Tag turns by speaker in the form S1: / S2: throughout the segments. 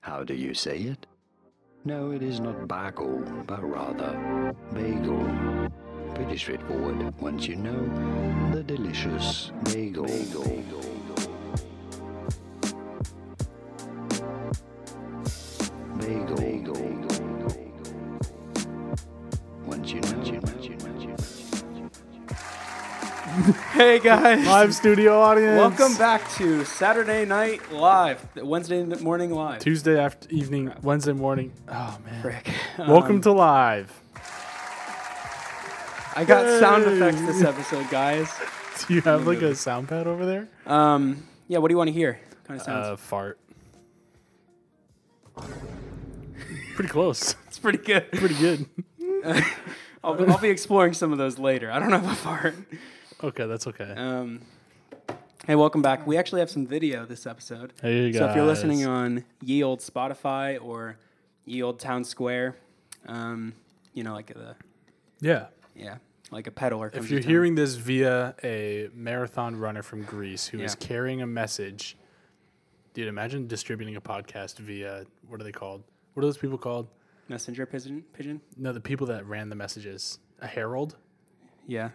S1: How do you say it? No, it is not bagel, but rather bagel. Pretty straightforward once you know the delicious bagel. Bagel. bagel. Once you know, you know, you know, you know.
S2: Hey guys,
S3: Live studio audience.
S2: welcome back to Saturday Night Live, Wednesday Morning Live.
S3: Tuesday after evening, Wednesday morning. Oh man.
S2: Frick.
S3: Welcome
S2: Um,
S3: to live.
S2: I got sound
S3: Hey.
S2: effects this episode, guys.
S3: Do you have like a sound pad over there?
S2: Um, yeah, what do you want to hear? Kind of sounds.
S3: Uh, fart. Pretty close.
S2: it's pretty good.
S3: Pretty good.
S2: I'll, I'll be exploring some of those later. I don't have a fart.
S3: Okay, that's okay.
S2: Um, hey, welcome back. We actually have some video this episode.
S3: Hey guys.
S2: So if you're listening on Ye Old Spotify or Ye Old Town Square, um, you know, like the
S3: yeah.
S2: yeah, like a peddler. comes
S3: If you're
S2: to town.
S3: hearing this via a marathon runner from Greece who is
S2: Yeah.
S3: carrying a message, dude, imagine distributing a podcast via what are they called? What are those people called?
S2: messenger pigeon, pigeon,
S3: No, the people that ran the messages. A herald.
S2: yeah.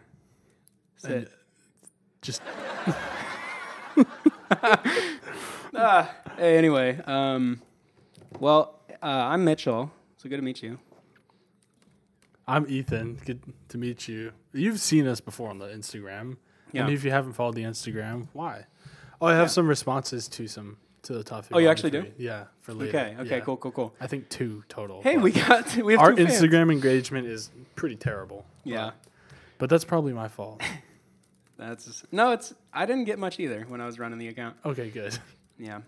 S2: That's
S3: And-
S2: it.
S3: Just
S2: Ah, Hey, anyway, um, well, uh, I'm Mitchell. So good to meet you.
S3: I'm Ethan. Good to meet you. You've seen us before on the Instagram.
S2: Yeah.
S3: And if you haven't followed the Instagram, why? Oh, I have some responses to some to the top.
S2: Oh, you actually do?
S3: Yeah, for later.
S2: Okay, okay,
S3: Yeah.
S2: cool, cool, cool.
S3: I think two total.
S2: Hey,
S3: but
S2: we got we have
S3: our
S2: two fans.
S3: Instagram engagement is pretty terrible.
S2: Yeah,
S3: But that's probably my fault.
S2: that's no. It's I didn't get much either when I was running the account.
S3: Okay, good.
S2: Yeah.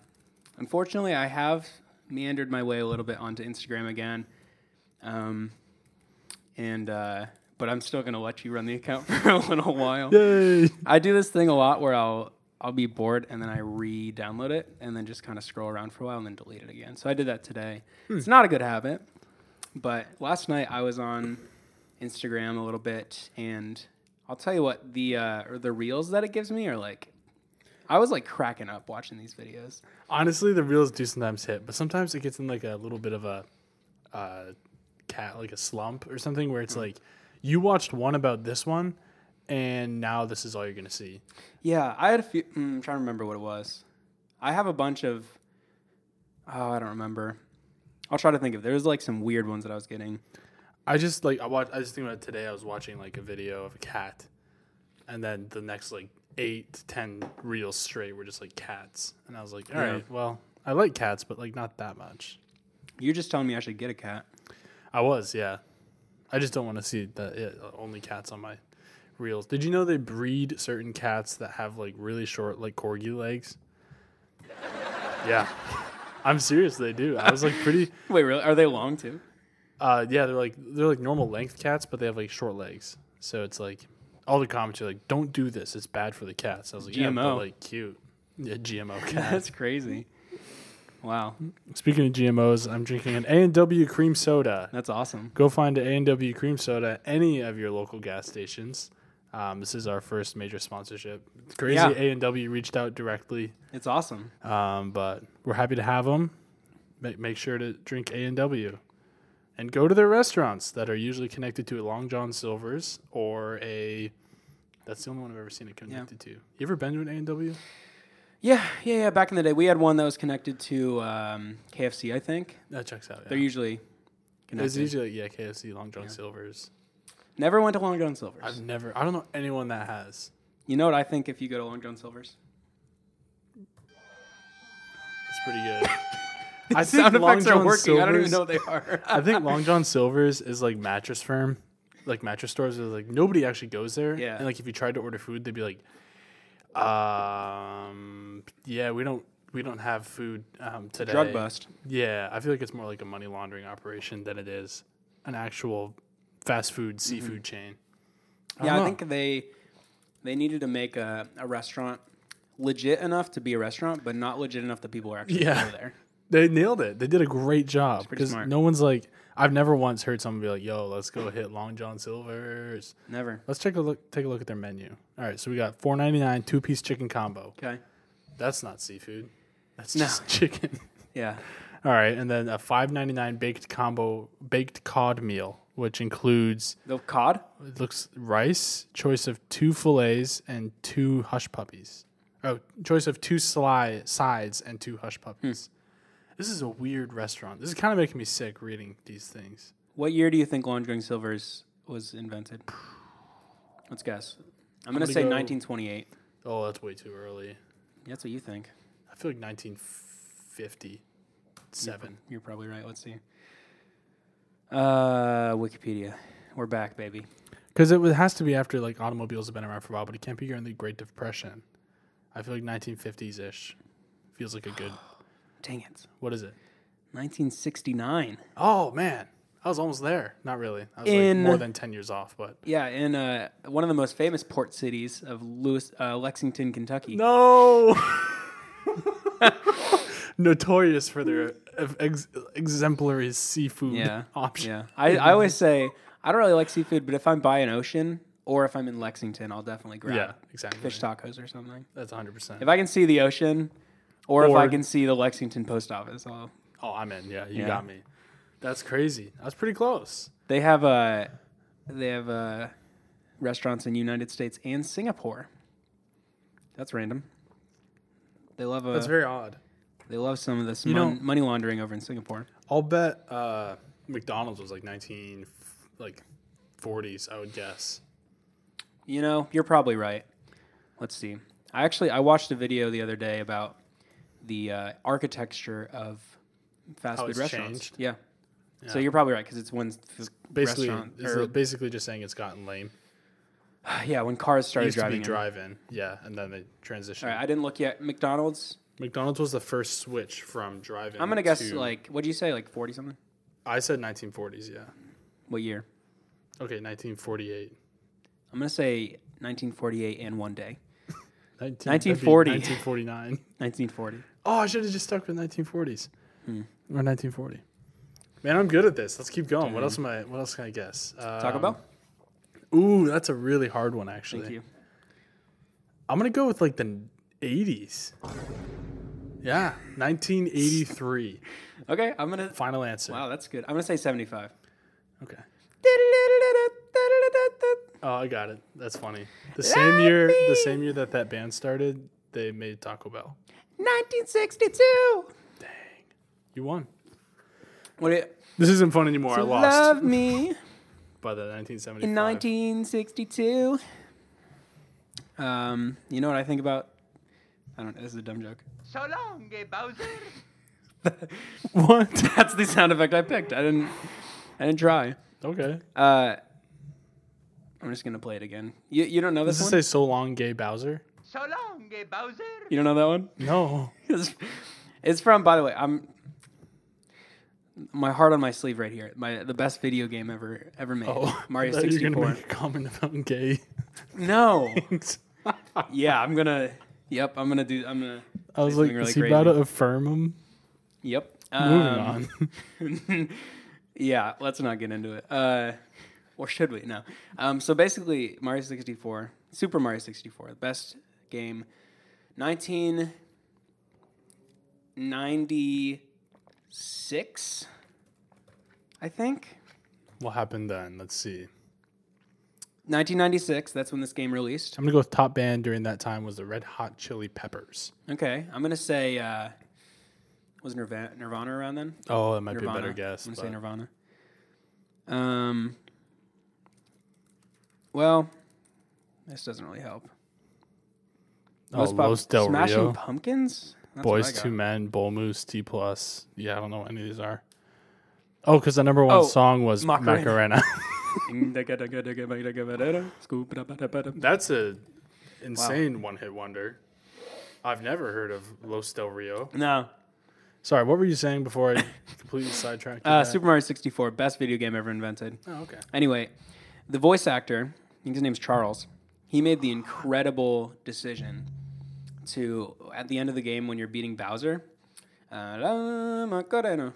S2: Unfortunately, I have meandered my way a little bit onto Instagram again. Um, and, uh, but I'm still going to let you run the account for a little while.
S3: Yay!
S2: I do this thing a lot where I'll, I'll be bored and then I re download it and then just kind of scroll around for a while and then delete it again. So I did that today. It's not a good habit, but last night I was on Instagram a little bit and I'll tell you what, the, uh, or the reels that it gives me are like, I was like cracking up watching these videos.
S3: Honestly, the reels do sometimes hit, but sometimes it gets in like a little bit of a uh, cat, like a slump or something, where it's like you watched one about this one, and now this is all you're gonna see.
S2: Yeah, I had a few. Mm, I'm trying to remember what it was. I have a bunch of. Oh, I don't remember. I'll try to think of. There was like some weird ones that I was getting.
S3: I just like I watch. I just think about it today. I was watching like a video of a cat, and then the next like eight to ten reels straight were just like cats, and I was like, all right,
S2: Yeah.
S3: well, I like cats, but like not that much.
S2: You're just telling me I should get a cat.
S3: I was, yeah. I just don't want to see the it, only cats on my reels. Did you know they breed certain cats that have like really short, like corgi legs? Yeah, I'm serious. They do. I was like pretty.
S2: Wait, really? Are they long too?
S3: Uh, yeah, they're like they're like normal length cats, but they have like short legs. So it's like all the comments are like, "Don't do this. It's bad for the cats." I was like, "Yeah,
S2: GMO.
S3: but like cute." Yeah, GMO cat.
S2: That's crazy. Wow,
S3: Speaking of GMOs, I'm drinking an A and W cream soda.
S2: that's awesome.
S3: Go find an A and W cream soda at any of your local gas stations. Um, this is our first major sponsorship. It's crazy.
S2: Yeah.
S3: A and W reached out directly,
S2: It's awesome.
S3: um, but we're happy to have them. Make, make sure to drink A and W, and go to their restaurants that are usually connected to a Long John Silver's or a. That's the only one I've ever seen it connected to. You ever been to an A and W?
S2: Yeah, yeah, yeah. Back in the day, we had one that was connected to um, KFC. I think
S3: That checks out.
S2: they're
S3: Yeah.
S2: usually
S3: It's
S2: connected.
S3: usually yeah KFC, Long John Silver's.
S2: Never went to Long John Silver's.
S3: I've never. I don't know anyone that has.
S2: you know what I think if you go to Long John Silver's?
S3: It's pretty good. I
S2: Sound effects are
S3: John
S2: working. I don't even
S3: Silver's-
S2: know what they are.
S3: I think Long John Silver's is like mattress firm, like mattress stores. Is like nobody actually goes there.
S2: Yeah.
S3: and like if you tried to order food, they'd be like, um, yeah, we don't we don't have food um, today.
S2: Drug bust.
S3: Yeah, I feel like it's more like a money laundering operation than it is an actual fast food seafood chain.
S2: Yeah,
S3: don't
S2: I
S3: know.
S2: think they they needed to make a, a restaurant legit enough to be a restaurant, but not legit enough that people are actually
S3: Yeah.
S2: go there.
S3: They nailed it. They did a great job
S2: pretty
S3: because
S2: smart.
S3: no one's like I've never once heard someone be like, "Yo, let's go hit Long John Silver's."
S2: Never.
S3: Let's take a look. Take a look at their menu. All right, so we got four ninety nine two piece chicken combo.
S2: Okay.
S3: That's not seafood. That's
S2: No.
S3: just chicken.
S2: Yeah.
S3: All right, and then a five ninety nine baked combo baked cod meal, which includes
S2: The cod?
S3: it looks rice, choice of two fillets and two hush puppies. Oh, choice of two sly sides and two hush puppies. This is a weird restaurant. This is kind of making me sick reading these things.
S2: What year do you think Long John Silver's was invented? Let's guess. I'm going
S3: gonna
S2: to say
S3: go-
S2: 1928.
S3: Oh, that's way too early.
S2: That's what you think.
S3: I feel like nineteen fifty seven.
S2: You're probably right. Let's see. Uh, Wikipedia. We're back, baby.
S3: Because it would- has to be after like automobiles have been around for a while, but it can't be during the Great Depression. I feel like 1950s ish feels like a good.
S2: Dang it.
S3: What is it?
S2: 1969.
S3: Oh man, I was almost there. Not really. I was
S2: In-
S3: like more than 10 years off, but
S2: Yeah, in uh, one of the most famous port cities of Lewis, uh, Lexington, Kentucky.
S3: no. Notorious for their ex- exemplary seafood
S2: Yeah.
S3: option.
S2: Yeah. I, I always say, I don't really like seafood, but if I'm by an ocean or if I'm in Lexington, I'll definitely grab
S3: Yeah, exactly.
S2: fish tacos or something.
S3: That's 100%.
S2: If I can see the ocean or, if I
S3: Or-
S2: can see the Lexington post office, I'll.
S3: oh, I'm in. Yeah, you
S2: Yeah.
S3: got me. That's crazy. That's pretty close.
S2: They have uh, they have uh, restaurants in United States and Singapore. That's random. They love uh,
S3: That's very odd.
S2: they love some of this
S3: You
S2: mon-
S3: know-
S2: money laundering over in Singapore.
S3: I'll bet uh, McDonald's was like nineteen, like forties. I would guess.
S2: You know, you're probably right. Let's see. I actually I watched a video the other day about the uh, architecture of fast
S3: How
S2: food
S3: it's
S2: restaurants.
S3: changed?
S2: Yeah. So
S3: Yeah.
S2: you're probably right because it's when f-
S3: Basically,
S2: restaurant
S3: is
S2: or-
S3: it basically just saying it's gotten lame.
S2: yeah when cars
S3: It
S2: started
S3: used to
S2: driving.
S3: be
S2: in.
S3: drive-in, yeah, and then they transitioned.
S2: All right, I didn't look yet. McDonald's.
S3: McDonald's was the first switch from drive-in.
S2: I'm gonna guess
S3: to-
S2: like what do you say like 40 something?
S3: I said 1940s. Yeah.
S2: What year?
S3: Okay, 1948.
S2: I'm gonna say 1948 and one day.
S3: 19,
S2: 1940.
S3: 1949.
S2: 1940.
S3: Oh, I should have just stuck with 1940s
S2: Hmm.
S3: or 1940. Man, I'm good at this. Let's keep going. What else am I? What else can I guess? Um,
S2: Taco Bell.
S3: Ooh, that's a really hard one, actually.
S2: Thank you.
S3: I'm gonna go with like the 80s. Yeah, 1983.
S2: Okay, I'm gonna.
S3: Final answer.
S2: Wow, that's good. I'm gonna say 75.
S3: Okay. Oh, I got it. That's funny. The same year, the same year that that band started, they made Taco Bell.
S2: 1962.
S3: You won.
S2: What? do you-
S3: This isn't fun anymore. I lost
S2: Love me
S3: by the 1975.
S2: in 1962. Um, you know what I think about? I don't. know. This is a dumb joke.
S4: So long, eh, Bowser.
S3: What?
S2: That's the sound effect I picked. I didn't. I didn't try.
S3: Okay.
S2: Uh, I'm just gonna play it again. You, you don't know this
S3: Does it
S2: one?
S3: say "So Long, Gay Bowser"?
S4: So long, eh, Bowser.
S2: you don't know that one?
S3: No.
S2: it's, it's from by the way i'm my heart on my sleeve right here my the best video game ever ever made
S3: Oh,
S2: mario
S3: I thought you were gonna
S2: 64
S3: make a comment about gay.
S2: no
S3: things.
S2: yeah i'm gonna yep i'm gonna do i'm gonna
S3: I was
S2: something
S3: like,
S2: really
S3: is he
S2: crazy.
S3: about to affirm him?
S2: yep
S3: Moving
S2: Um,
S3: on.
S2: yeah let's not get into it uh or should we no um so basically mario 64 super mario 64 the best game 1996 i think
S3: what happened then? Let's see.
S2: 1996. That's when this game released.
S3: I'm gonna go with top band during that time was the Red Hot Chili Peppers.
S2: Okay, I'm gonna say uh, was Nirvana, Nirvana around then?
S3: Oh, that might
S2: Nirvana.
S3: be a better guess.
S2: I'm gonna
S3: but-
S2: say Nirvana. Um. Well, this doesn't really help.
S3: Oh,
S2: Most pop-
S3: Los Del
S2: Smashing
S3: Rio,
S2: Pumpkins. That's what I
S3: Boys
S2: got.
S3: Two Men, Bull Moose, T Plus. Yeah, I don't know what any of these are. Oh, because the number one
S2: Oh,
S3: song was
S2: Macarena.
S3: Macarena.
S2: Scoop-a-da-ba-da-ba-da-ba.
S3: That's a insane one hit wonder. I've never heard of Los Del Rio.
S2: No, Uh,
S3: Sorry, what were you saying before I completely sidetracked? you
S2: uh,
S3: back?
S2: Super Mario 64, best video game ever invented.
S3: Oh, okay.
S2: Anyway, the voice actor, I think his name's Charles, he made the incredible decision to, at the end of the game when you're beating Bowser, uh, La Macarena,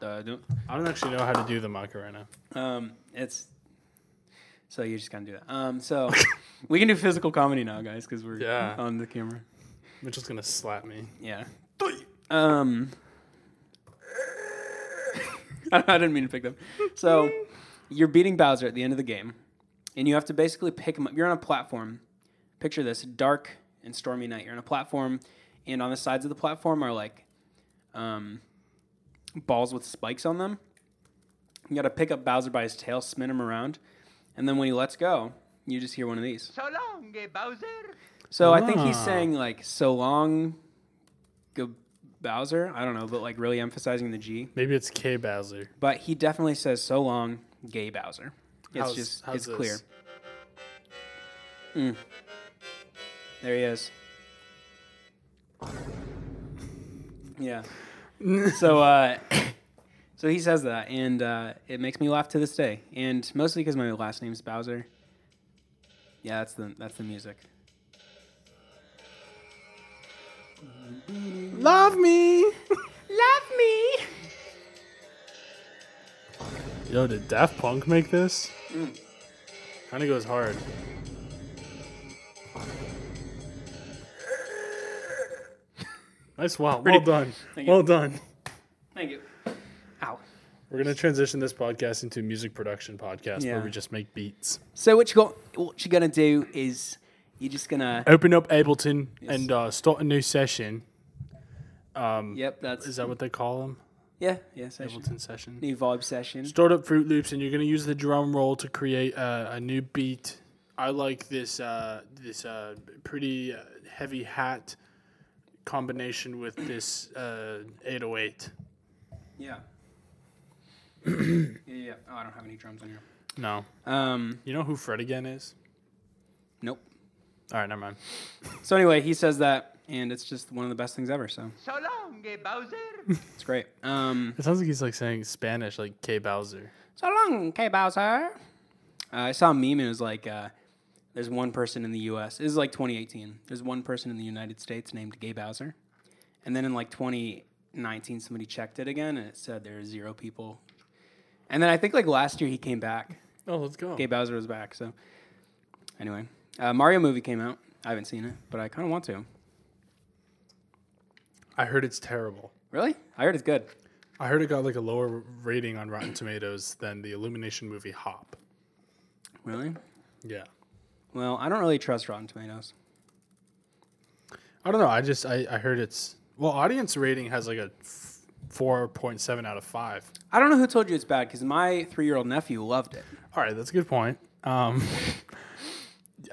S2: da do-
S3: I don't actually know how to do the Macarena.
S2: um, it's. So you're just gonna do that. Um, so we can do physical comedy now, guys, because we're
S3: Yeah.
S2: on the camera.
S3: Mitchell's gonna slap me.
S2: Yeah. Um. I didn't mean to pick them. So you're beating Bowser at the end of the game, and you have to basically pick him up. You're on a platform. Picture this dark and stormy night. You're on a platform, and on the sides of the platform are like um, balls with spikes on them. You got to pick up Bowser by his tail, spin him around, and then when he lets go, you just hear one of these.
S4: So long, eh, Bowser.
S2: So I think he's
S3: Ah.
S2: saying like "so long, go Bowser." I don't know, but like really emphasizing the G.
S3: Maybe it's K Bowser.
S2: But he definitely says "so long, gay Bowser." It's
S3: How's-
S2: just
S3: how's
S2: it's
S3: this?
S2: clear. Mm. There he is. Yeah. so uh, so he says that, and uh, it makes me laugh to this day, and mostly because my last name's Bowser. Yeah, that's the that's the music.
S3: Love me.
S2: Love me.
S3: Yo, did Daft Punk make this?
S2: Mm.
S3: Kind of goes hard. Nice wow. Well
S2: Pretty-
S3: done.
S2: Thank you.
S3: Well done.
S2: Thank you. Ow.
S3: We're going to transition this podcast into a music production podcast
S2: Yeah.
S3: where we just make beats.
S2: So what you got? What you gonna do is you're just gonna.
S3: Open up Ableton and uh, start a new session. Um,
S2: Yep, that's
S3: Is that what they call them?
S2: yeah, yeah. Session.
S3: Ableton session.
S2: New vibe session.
S3: Start up Fruit Loops, and you're going to use the drum roll to create uh, a new beat. I like this uh, this uh, pretty uh, heavy hat combination with this uh, 808.
S2: Yeah. yeah, yeah. Oh, I don't have any drums on here.
S3: No,
S2: Um,
S3: you know who Fred again is?
S2: nope.
S3: All right, never mind.
S2: So anyway, he says that, and it's just one of the best things ever. So
S4: So long, eh, Bowser.
S2: it's great. Um,
S3: It sounds like he's like saying Spanish, like K Bowser.
S2: so long, K Bowser. Uh, I saw a meme and it was like, uh, "There's one person in the U.S. This is like 2018. There's one person in the United States named Gay Bowser," and then in like 2019, somebody checked it again and it said there are zero people. And then I think like last year he came back.
S3: Oh, let's go.
S2: Gay Bowser was back. So, anyway, uh, Mario movie came out. I haven't seen it, but I kind of want to.
S3: I heard it's terrible.
S2: Really? I heard it's good.
S3: I heard it got like a lower rating on Rotten Tomatoes than the Illumination movie Hop.
S2: Really?
S3: Yeah.
S2: Well, I don't really trust Rotten Tomatoes.
S3: I don't know. I just I, I heard it's well audience rating has like a f- four point seven out of five.
S2: I don't know who told you it's bad because my three-year-old nephew loved it.
S3: All right, that's a good point. Um,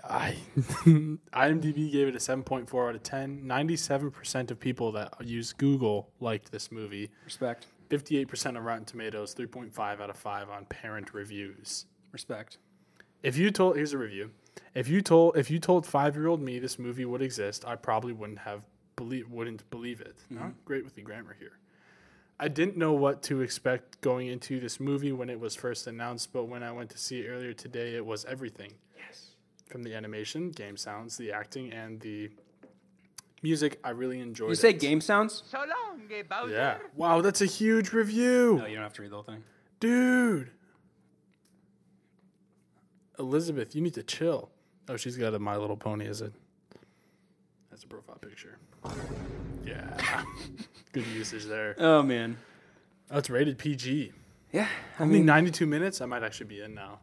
S3: I IMDb gave it a seven point four out of ten. Ninety seven percent of people that use Google liked this movie.
S2: Respect.
S3: Fifty eight percent on Rotten Tomatoes. Three point five out of five on Parent Reviews.
S2: Respect.
S3: If you told here's a review. If you told if you told five year old me this movie would exist, I probably wouldn't have believe wouldn't believe it.
S2: Mm-hmm.
S3: Not great with the grammar here. I didn't know what to expect going into this movie when it was first announced, but when I went to see it earlier today, it was everything. Yes. From the animation, game sounds, the acting, and the music, I really enjoyed.
S2: You say
S3: it.
S2: game sounds?
S4: So long, eh, Bowser.
S3: Yeah. Wow, that's a huge review,
S2: No, you don't have to read the whole thing.
S3: dude. Elizabeth, you need to chill. Oh, she's got a My Little Pony as a as a profile picture. Yeah, good usage there.
S2: Oh man.
S3: Oh, it's rated PG.
S2: Yeah. I
S3: Only
S2: mean,
S3: 92 minutes. I might actually be in now.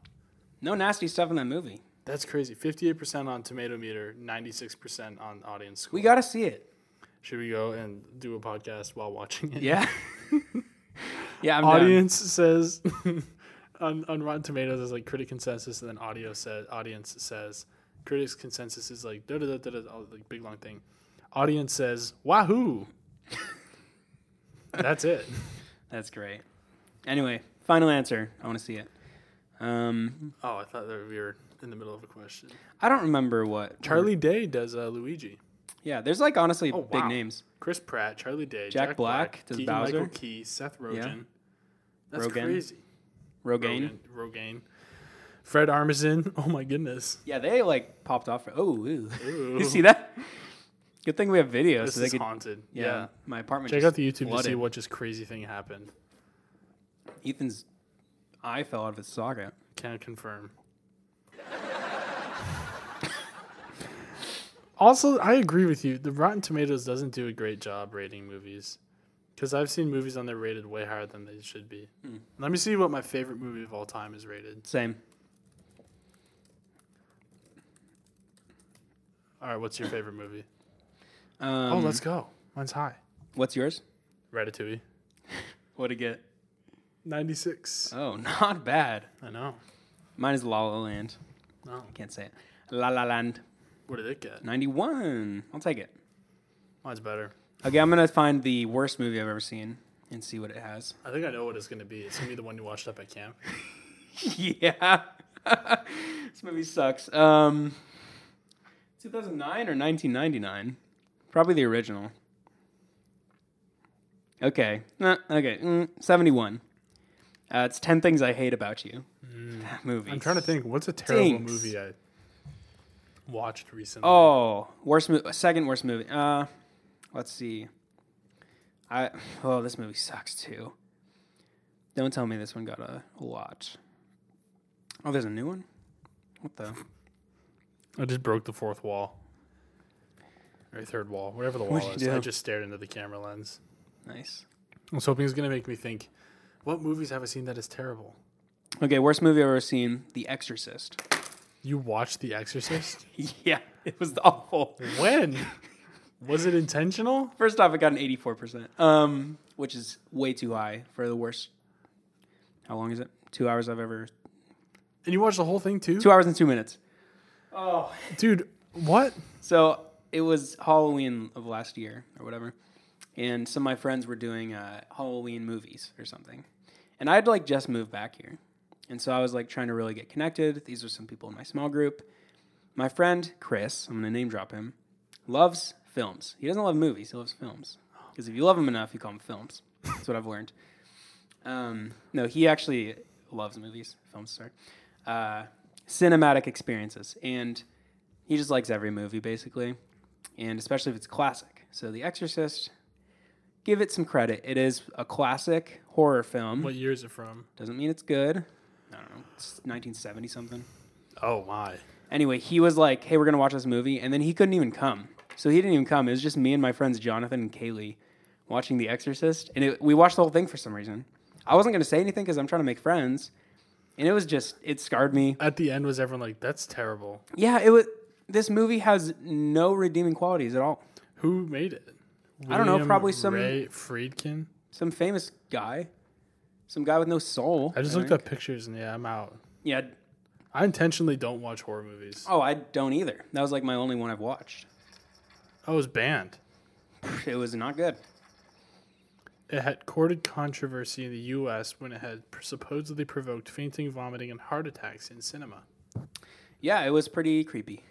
S2: no nasty stuff in that movie.
S3: That's crazy. 58% on Tomato Meter, 96% on audience score.
S2: We gotta see it.
S3: Should we go and do a podcast while watching it?
S2: Yeah. yeah. I'm Down.
S3: Audience says on, on Rotten Tomatoes is like critic consensus, and then audio says audience says critics consensus is like da da da da da, all, like big long thing. Audience says wahoo. That's it.
S2: That's great. Anyway, final answer. I want to see it. Um,
S3: Oh, I thought that we were in the middle of a question.
S2: I don't remember what
S3: Charlie Day does uh, Luigi.
S2: Yeah, there's like honestly
S3: Oh,
S2: big
S3: wow.
S2: names.
S3: Chris Pratt, Charlie Day,
S2: Jack Black does Bowser.
S3: Michael Key, Seth Rogen.
S2: Yeah.
S3: That's
S2: Rogen.
S3: crazy.
S2: Rogaine.
S3: Rogen. Rogaine. Fred Armisen. Oh my goodness.
S2: Yeah, they like popped off. Oh, ooh.
S3: Ooh.
S2: you see that? Good thing we have videos.
S3: This
S2: so they
S3: is
S2: could,
S3: haunted.
S2: yeah,
S3: Yeah.
S2: my apartment.
S3: Check
S2: just
S3: out the YouTube to
S2: flooded.
S3: see what just crazy thing happened.
S2: Ethan's eye fell out of its socket.
S3: Can't confirm. also, I agree with you. The Rotten Tomatoes doesn't do a great job rating movies. Because I've seen movies on there rated way higher than they should be. Let me see what my favorite movie of all time is rated.
S2: Same.
S3: All right, what's your favorite movie?
S2: Um,
S3: oh, let's go. Mine's high.
S2: What's yours?
S3: Ratatouille.
S2: What to get?
S3: 96.
S2: Oh, not bad.
S3: I know.
S2: Mine is La La Land.
S3: No.
S2: Can't say it. La La Land.
S3: What did it get?
S2: Ninety-one. I'll take it.
S3: Mine's better.
S2: Okay, I'm gonna find the worst movie I've ever seen and see what it has.
S3: I think I know what it's going to be. It's going to be the one you watched up at camp.
S2: yeah. this movie sucks. Um, 2009 or 1999? Probably the original. Okay. Uh, okay. Mm, 71. Uh, it's 10 Things I Hate About You. That movie.
S3: Mm. I'm trying to think. What's a terrible
S2: Stinks.
S3: movie I watched recently?
S2: Oh, worst movie. Second worst movie. Uh, let's see. I oh, this movie sucks too. Don't tell me this one got a lot. Oh, there's a new one. What the?
S3: I just broke the fourth wall. Or third wall, whatever the wall
S2: What'd you
S3: is. I
S2: do?
S3: just stared into the camera lens.
S2: Nice.
S3: I was hoping it was going to make me think, what movies have I seen that is terrible?
S2: Okay, worst movie I've ever seen: The Exorcist.
S3: You watched The Exorcist?
S2: Yeah, it was awful.
S3: when? Was it intentional?
S2: First off, it got an 84%, um, which is way too high for the worst. How long is it? Two hours I've ever.
S3: And you watched the whole thing too?
S2: Two hours and two minutes.
S3: Dude, what?
S2: So it was Halloween of last year or whatever, and some of my friends were doing uh, Halloween movies or something, and I'd like just moved back here, and so I was like trying to really get connected. These were some people in my small group. My friend Chris, I'm gonna name drop him, loves films. He doesn't love movies. He loves films because if you love them enough, you call them films. That's what I've learned. Um, no, he actually loves movies, films, sorry, uh, cinematic experiences, and he just likes every movie basically, and especially if it's classic. So The Exorcist, give it some credit. It is a classic horror film.
S3: What year is it from?
S2: Doesn't mean it's good. I don't know. It's 1970 something.
S3: Oh my.
S2: Anyway, he was like, "Hey, we're gonna watch this movie," and then he couldn't even come. So he didn't even come. It was just me and my friends Jonathan and Kaylee watching The Exorcist, and it, we watched the whole thing for some reason. I wasn't gonna say anything because I'm trying to make friends, and it was just it scarred me.
S3: At the end was everyone like, that's terrible.
S2: Yeah, it was. This movie has no redeeming qualities at all.
S3: Who made it?
S2: I don't know,
S3: William
S2: probably some-
S3: Ray Friedkin.
S2: Some famous guy, some guy with no soul.
S3: I just looked
S2: think.
S3: up pictures and yeah, I'm out.
S2: Yeah.
S3: I intentionally don't watch horror movies.
S2: Oh, I don't either. That was like my only one I've watched.
S3: I was banned.
S2: It was not good.
S3: It had courted controversy in the U.S. when it had pr- supposedly provoked fainting, vomiting, and heart attacks in cinema.
S2: Yeah, it was pretty creepy.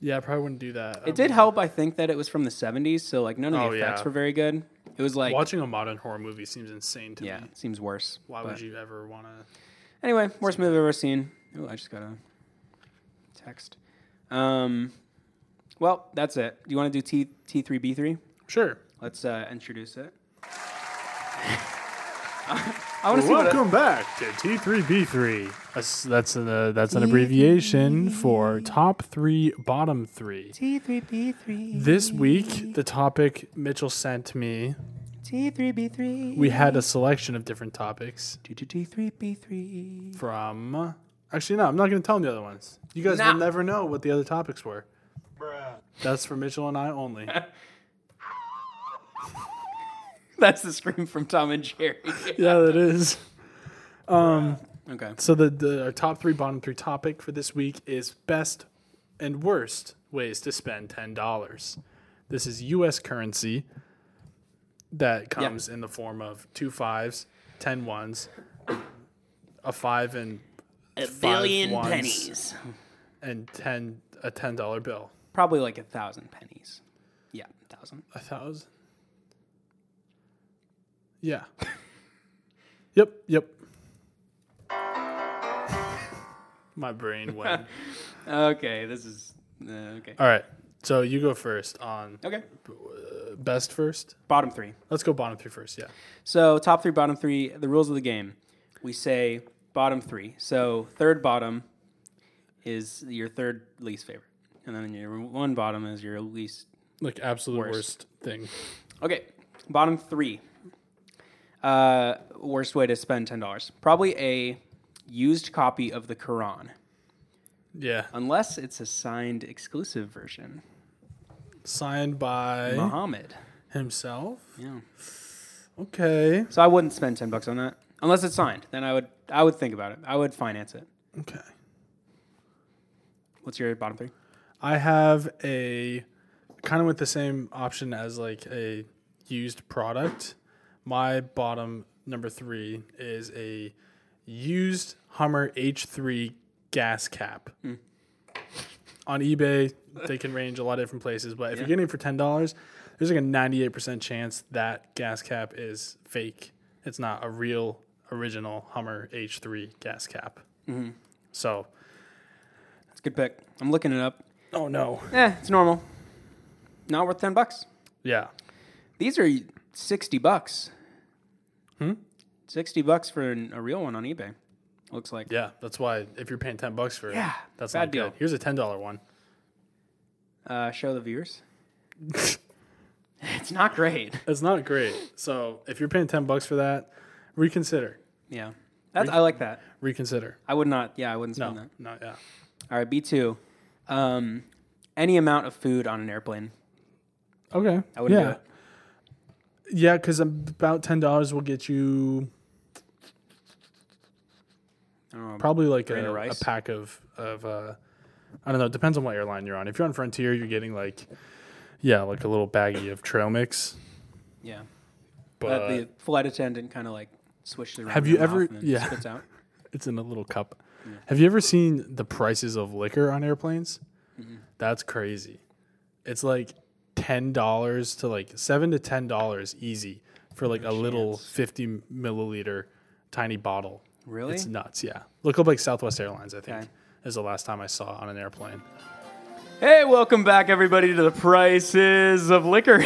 S3: Yeah, I probably wouldn't do that. Um,
S2: It did help, I think, that it was from the 70s, so like none of the
S3: Oh,
S2: effects
S3: yeah.
S2: were very good. It was like,
S3: Watching a modern horror movie seems insane to
S2: yeah,
S3: me.
S2: it seems worse.
S3: Why
S2: But
S3: would you ever want to?
S2: Anyway, worst movie I've ever seen. Oh, I just got a text. Um, well, that's it. Do you want to do T T three B three?
S3: Sure.
S2: Let's uh, introduce it. I want to see what.
S3: back to T3B3. That's that's an uh, that's an abbreviation for top three, bottom three.
S2: T three B three.
S3: This week, the topic Mitchell sent me,
S2: T three B three.
S3: we had a selection of different topics
S2: T three B three.
S3: from. Actually, no, I'm not going to tell them the other ones. You guys
S2: Nah.
S3: will never know what the other topics were. That's for Mitchell and I only.
S2: That's the scream from Tom and Jerry.
S3: yeah, that is.
S2: okay.
S3: So the, the our top three, bottom three topic for this week is best and worst ways to spend ten dollars. This is U.S. currency that comes in the form of two fives, ten ones, a five and a
S2: billion pennies.
S3: and ten a ten dollar bill.
S2: Probably like a thousand pennies. Yeah, a thousand.
S3: A thousand. Yeah. yep. Yep. My brain went.
S2: Okay, this is uh, okay.
S3: All right. So you go first on
S2: Okay,
S3: best first.
S2: bottom three.
S3: Let's go bottom three first. Yeah.
S2: So top three, bottom three. The rules of the game. We say bottom three. So third bottom is your third least favorite, and then your one bottom is your least.
S3: Like absolute
S2: Worst.
S3: worst, thing.
S2: Okay, Bottom three. Uh, worst way to spend ten dollars. Probably a used copy of the Quran,
S3: Yeah.
S2: unless it's a signed exclusive version.
S3: Signed by
S2: Muhammad.
S3: himself.
S2: Yeah.
S3: Okay.
S2: So I wouldn't spend ten bucks on that unless it's signed. Then I would I would think about it. I would finance it.
S3: Okay.
S2: What's your bottom three?
S3: I have a kind of with the same option as like a used product. My bottom number three is a used Hummer H3 gas cap. On eBay, they can range a lot of different places, but if you're getting it for ten dollars, there's like a 98% chance that gas cap is fake. It's not a real original Hummer H3 gas cap. So,
S2: That's a good pick. I'm looking it up.
S3: oh no,
S2: Eh, it's normal. Not worth ten bucks.
S3: yeah,
S2: These are sixty bucks. Hmm.
S3: Hmm?
S2: Sixty bucks for an, a real one on eBay. Looks like.
S3: Yeah, that's why if you're paying ten bucks for it,
S2: Yeah,
S3: that's
S2: bad
S3: not
S2: deal.
S3: good. Here's a ten dollar one.
S2: Uh, show the viewers. it's not great.
S3: That's not great. So if you're paying ten bucks for that, reconsider.
S2: Yeah. That's, I like that.
S3: Reconsider.
S2: I would not. Yeah, I wouldn't
S3: No,
S2: spend that.
S3: no, yeah.
S2: All right, B two. Um, any amount of food on an airplane.
S3: Okay.
S2: I wouldn't
S3: yeah.
S2: do it.
S3: Yeah, because about ten dollars will get you
S2: I don't know.
S3: probably like
S2: Grain
S3: a,
S2: of
S3: a
S2: rice?
S3: pack of of uh, I don't know. It depends on what airline you're on. If you're on Frontier, you're getting like yeah, like a little baggie of trail mix.
S2: Yeah.
S3: But
S2: But the flight attendant kind of like swishes around.
S3: Have
S2: in
S3: you
S2: their mouth
S3: ever-
S2: and then
S3: yeah.
S2: Spits out.
S3: It's in a little cup. Have you ever seen the prices of liquor on airplanes?
S2: Mm-hmm.
S3: That's crazy. It's like ten dollars to like seven to ten dollars easy for like a little fifty milliliter tiny bottle.
S2: Really?
S3: It's nuts. Yeah. Look up like Southwest Airlines. I think
S2: Okay.
S3: is the last time I saw on an airplane.
S2: Hey, welcome back, everybody, to the prices of liquor.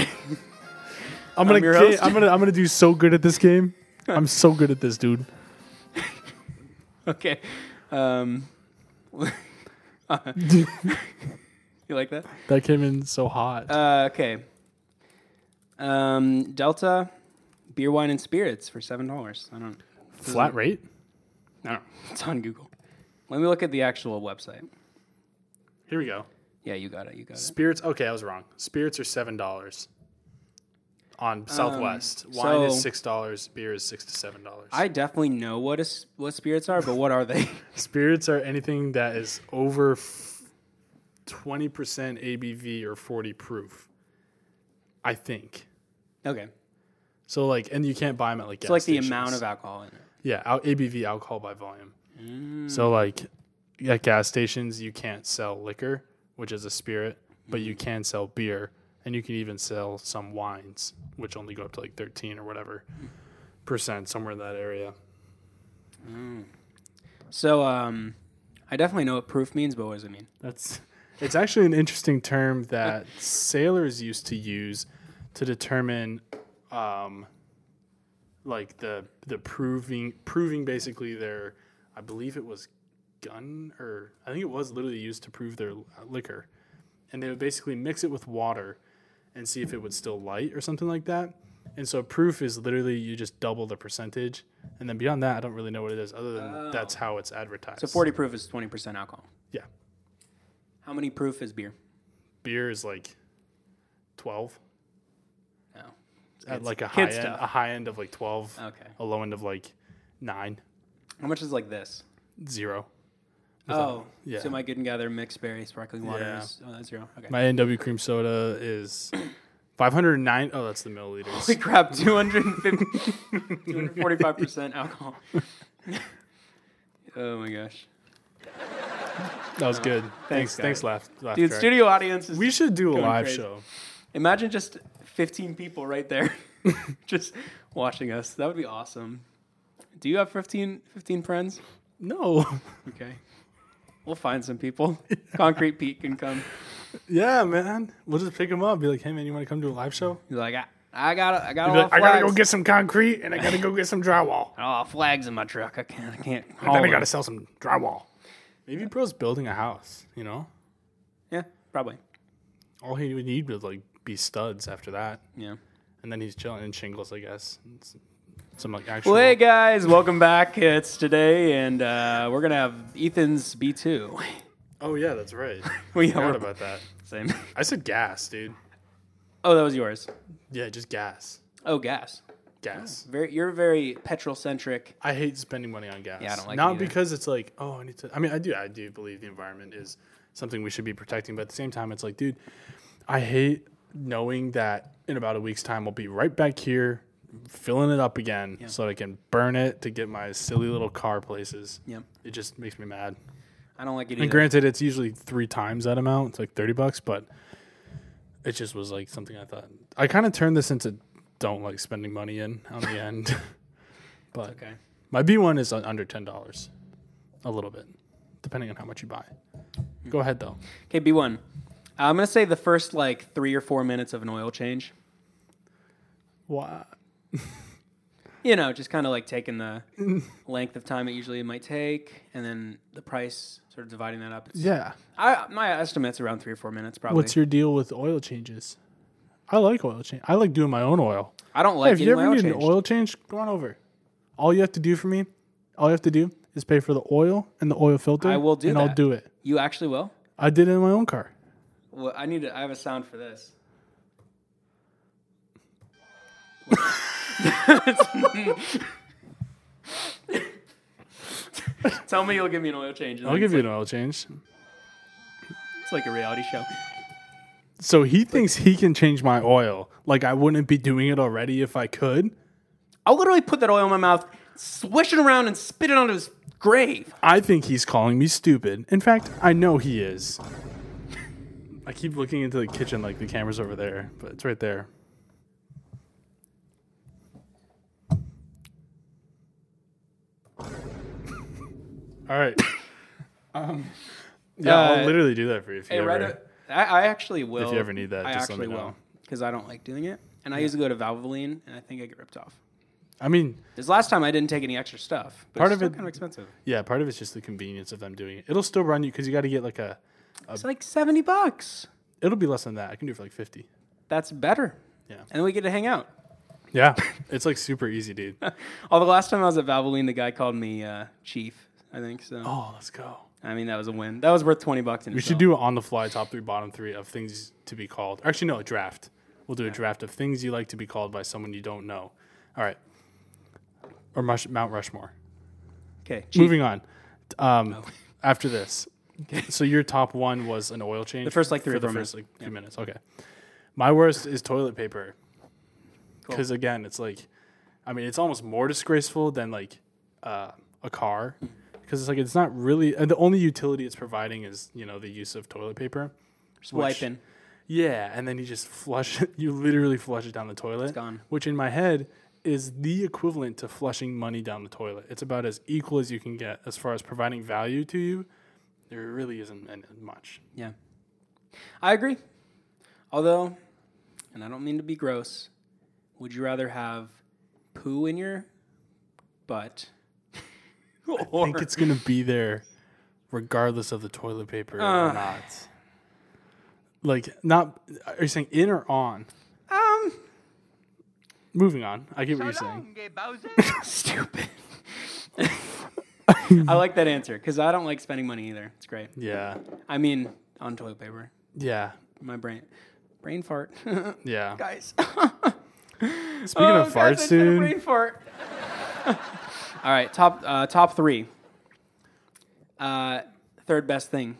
S3: I'm gonna.
S2: your
S3: ga-
S2: host.
S3: I'm gonna. I'm gonna do so good at this game. I'm so good at this, dude.
S2: okay. Um, you like that?
S3: That came in so hot.
S2: Uh, okay. Um, Delta, beer, wine, and spirits for seven dollars. I don't.
S3: Flat rate.
S2: I don't. It's on Google. Let me look at the actual website.
S3: Here we go.
S2: Yeah, you got it. You got it.
S3: Spirits. Okay, I was wrong. Spirits are seven dollars on Southwest. Wine
S2: Um, so-
S3: is six dollars. Beer is six to seven dollars.
S2: I definitely know what is what spirits are, but what are they?
S3: Spirits are anything that is over twenty percent ABV or forty proof. I think
S2: okay,
S3: so. Like, and you can't buy them at like.
S2: so like the amount of alcohol in it.
S3: yeah al- ABV alcohol by volume. So like at gas stations, you can't sell liquor, which is a spirit, but you can sell beer, and you can even sell some wines, which only go up to like thirteen or whatever percent, somewhere in that area.
S2: So um, I definitely know what proof means, but what does it mean?
S3: That's it's actually an interesting term that sailors used to use to determine um like the the proving proving basically their I believe it was gun or I think it was literally used to prove their uh, liquor. And they would basically mix it with water and see if it would still light or something like that. And so proof is literally you just double the percentage and then beyond that I don't really know what it is other than that's how it's advertised.
S2: Oh. So forty proof is twenty percent alcohol.
S3: Yeah.
S2: How many proof is beer?
S3: beer is like 12
S2: No.
S3: at like a high
S2: kid
S3: end,
S2: stuff.
S3: a high end of like 12
S2: Okay.
S3: a low end of like 9
S2: How much is like this?
S3: 0
S2: oh,
S3: yeah.
S2: So my good and gather mixed berry sparkling water
S3: Yeah.
S2: is oh, that's zero. Okay.
S3: my nw cream soda is 509 oh that's the milliliters
S2: Holy crap! 245 percent alcohol. oh my gosh,
S3: that was good
S2: Thanks,
S3: thanks
S2: guys.
S3: thanks laugh, laugh
S2: dude!
S3: track.
S2: Studio audience is.
S3: we should do a
S2: Going
S3: live
S2: crazy.
S3: show
S2: Imagine just 15 people right there, just watching us. That would be awesome. Do you have 15, 15 friends?
S3: no
S2: Okay. We'll find some people. Concrete Pete can come.
S3: yeah man we'll just pick them up be like hey man you want to come to a live show
S2: He's like, I, I got, I got
S3: Be
S2: all
S3: like,
S2: the
S3: i
S2: flags.
S3: gotta go get some concrete and i gotta go get some drywall
S2: all the flags in my truck. I can't, I can't. haul
S3: then i
S2: them.
S3: gotta sell some drywall maybe bro's building a house you know
S2: Yeah, probably.
S3: all he would need would like be studs after that
S2: Yeah.
S3: and then he's chilling in shingles, I guess. It's some like actual.
S2: Well, hey guys, welcome back. It's today, and uh, we're gonna have Ethan's B two.
S3: Oh yeah, that's right.
S2: We
S3: Forgot about that.
S2: same.
S3: I said gas, dude.
S2: Oh, that was yours.
S3: Yeah, just gas,
S2: Oh, gas.
S3: gas.
S2: Very, you're very petrol centric.
S3: I hate spending money on gas.
S2: Yeah, I don't like it
S3: Not
S2: either.
S3: because it's like, oh, I need to. I mean, I do. I do believe the environment is something we should be protecting, but at the same time, it's like, dude, I hate knowing that in about a week's time we'll be right back here filling it up again so that I can burn it to get my silly little car places.
S2: Yep.
S3: It just makes me mad.
S2: I don't like it either.
S3: And granted, it's usually three times that amount. It's like thirty bucks, but it just was like something I thought. I kind of turned this into don't like spending money in on the end. but
S2: okay.
S3: my B one is un- under ten dollars, a little bit, depending on how much you buy.
S2: Hmm.
S3: Go ahead though.
S2: Okay, B one. I'm gonna say the first like three or four minutes of an oil change.
S3: Why?
S2: You know, just kind of like taking the
S3: Mm.
S2: length of time it usually might take, and then the price, sort of dividing that up. It's-
S3: Yeah.
S2: I my estimate's around three or four minutes, probably.
S3: What's your deal with oil changes? I like oil change. I like doing my own oil.
S2: I don't
S3: Hey,
S2: like
S3: if you
S2: getting my
S3: ever
S2: oil
S3: need
S2: changed.
S3: an oil change, go on over. All you have to do for me, all you have to do is pay for the oil and the oil filter.
S2: I will do
S3: and I'll
S2: that.
S3: do it.
S2: You actually will.
S3: I did it in my own car.
S2: Well, I need. To, I have a sound for this. Tell me you'll give me an oil change. and
S3: I'll
S2: then
S3: give
S2: it's
S3: you an oil change.
S2: like, It's like a reality show.
S3: So he thinks he can change my oil. Like I wouldn't be doing it already if I could.
S2: I'll literally put that oil in my mouth, swish it around, and spit it onto his grave.
S3: I think he's calling me stupid. In fact, I know he is. I keep looking into the kitchen like the camera's over there, but it's right there. All right. um, yeah,
S2: Um, Uh,
S3: I'll literally do that for you if you
S2: Hey,
S3: ever.
S2: right. I, I actually will.
S3: you ever need that,
S2: I
S3: just let me
S2: actually
S3: know.
S2: will because I don't like doing it, and I used to go to Valvoline, and I think I get ripped off.
S3: I mean,
S2: Because last time I didn't take any extra stuff. But
S3: Part
S2: it's
S3: of
S2: still
S3: it-
S2: kind of expensive.
S3: yeah, part of it's just the convenience of them doing it. It'll still run you because you got to get like a.
S2: It's like seventy bucks.
S3: It'll be less than that. I can do it for like fifty.
S2: That's better.
S3: Yeah.
S2: And we get to hang out.
S3: Yeah, it's like super easy, dude.
S2: Although last time I was at Valvoline, the guy called me uh, Chief, I think. So
S3: oh, let's go.
S2: I mean, that was a win. That was worth twenty bucks. In
S3: We should do an on the fly top three, bottom three of things to be called. Actually, no, a draft. We'll do a draft of things you like to be called by someone you don't know. All right. Or Mush- Mount Rushmore.
S2: Okay, Chief. Oh.
S3: Moving on. Um, After this. So your top one was an oil change. The
S2: first, like, three
S3: for
S2: or
S3: the
S2: four
S3: first like few minutes. Okay. My worst is toilet paper.
S2: Cool.
S3: Because again, it's like, I mean, it's almost more disgraceful than like uh, a car,
S2: Hmm.
S3: because it's like it's not really and the only utility it's providing is you know the use of toilet paper.
S2: Just wiping.
S3: Yeah, and then you just flush it. You literally flush it down the toilet.
S2: gone.
S3: Which in my head is the equivalent to flushing money down the toilet. It's about as equal as you can get as far as providing value to you. There really isn't an- much.
S2: Yeah, I agree. Although, and I don't mean to be gross, would you rather have poo in your butt?
S3: I think it's gonna be there, regardless of the toilet paper or not. Like, not are you saying in or on?
S2: um
S3: Moving on. I get what you're saying.
S4: Along, gay Bowser.
S2: stupid. I like that answer because I don't like spending money either. It's great.
S3: Yeah,
S2: I mean, on toilet paper.
S3: yeah,
S2: My brain, brain fart,
S3: yeah.
S2: guys.
S3: Speaking
S2: Oh,
S3: of farts, dude.
S2: brain fart. All right, top uh, top three. Uh, third best thing: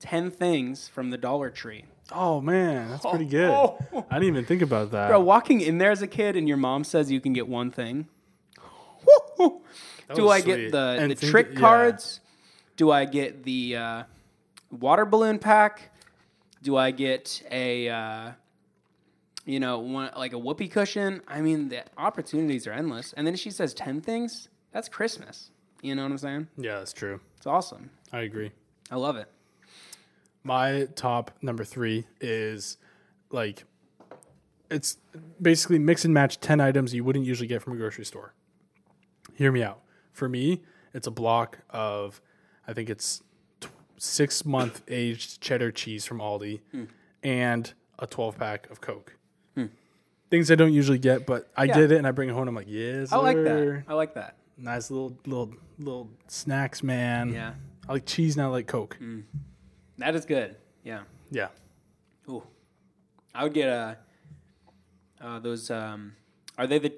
S2: ten things from the Dollar Tree.
S3: Oh man, that's pretty good.
S2: Oh.
S3: I didn't even think about that.
S2: Bro, walking in there as a kid, and your mom says you can get one thing. Do
S3: was
S2: I
S3: sweet.
S2: get the,
S3: And
S2: the
S3: think-
S2: trick
S3: yeah.
S2: cards? Do I get the uh, water balloon pack? Do I get a uh, you know one, like a whoopee cushion? I mean, the opportunities are endless. And then she says ten things. That's Christmas. You know what I'm saying?
S3: yeah, that's true.
S2: It's awesome.
S3: I agree.
S2: I love it.
S3: My top number three is like it's basically mix and match 10 items you wouldn't usually get from a grocery store. Hear me out. For me, it's a block of, I think it's tw- six month
S2: Hmm.
S3: aged cheddar cheese from Aldi and a 12 pack of Coke. Things I don't usually get, but I
S2: Yeah.
S3: did it and I bring it home. I'm like, yes,
S2: I like that.
S3: sir."
S2: I like that.
S3: Nice little little little snacks, man.
S2: Yeah, Hmm.
S3: I like cheese now. I like Coke.
S2: that is good. Yeah.
S3: Yeah.
S2: Ooh, I would get uh, uh those um, are they the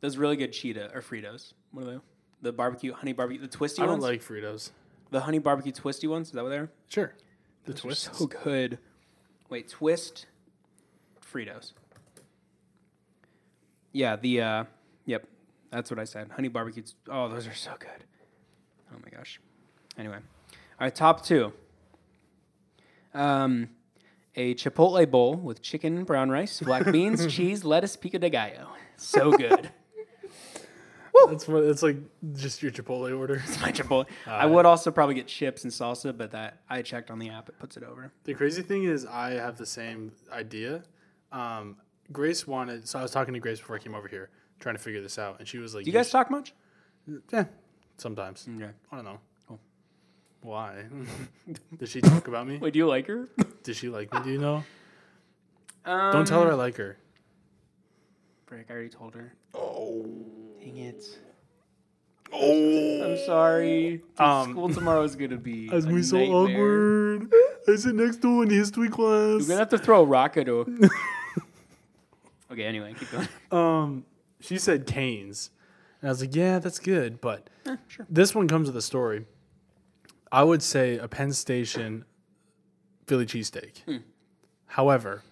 S2: those really good Cheetah or Fritos? What are they? The barbecue, honey barbecue, the twisty
S3: I don't
S2: ones.
S3: like Fritos.
S2: the honey barbecue twisty ones. Is that what they're?
S3: Sure. The
S2: They're
S3: twist.
S2: so good. Wait, twist Fritos. Yeah, the uh, yep, that's what I said. Honey barbecue. Oh, those are so good. Oh my gosh. Anyway, all right, top two. Um, a chipotle bowl with chicken, brown rice, black beans, cheese, lettuce, pico de gallo. So good.
S3: That's what it's like. Just your Chipotle order.
S2: It's my chipotle. I would also probably get chips and salsa, but that I checked on the app. It puts it over.
S3: The crazy thing is, I have the same idea. Um, Grace wanted, so I was talking to Grace before I came over here, trying to figure this out, and she was like,
S2: Do you guys talk much?
S3: should- yeah, sometimes.
S2: Okay.
S3: I don't know.
S2: Cool.
S3: Why? Did she talk about me?
S2: Wait, do you like her?
S3: Did she like me? Do you know?
S2: Um,
S3: Don't tell her I like her.
S2: Frick, I already told her.
S3: Oh.
S2: Dang it.
S3: Oh.
S2: I'm sorry. Dude,
S3: Um,
S2: school tomorrow is going to be.
S3: As
S2: a
S3: we so
S2: nightmare.
S3: awkward. I sit next to her in history
S2: We're going to
S3: class.
S2: have to throw a rock at her. okay, anyway, keep going.
S3: Um, she said canes, and I was like, yeah, that's good, but
S2: sure.
S3: this one comes with a story. I would say a Penn Station Philly cheesesteak. However,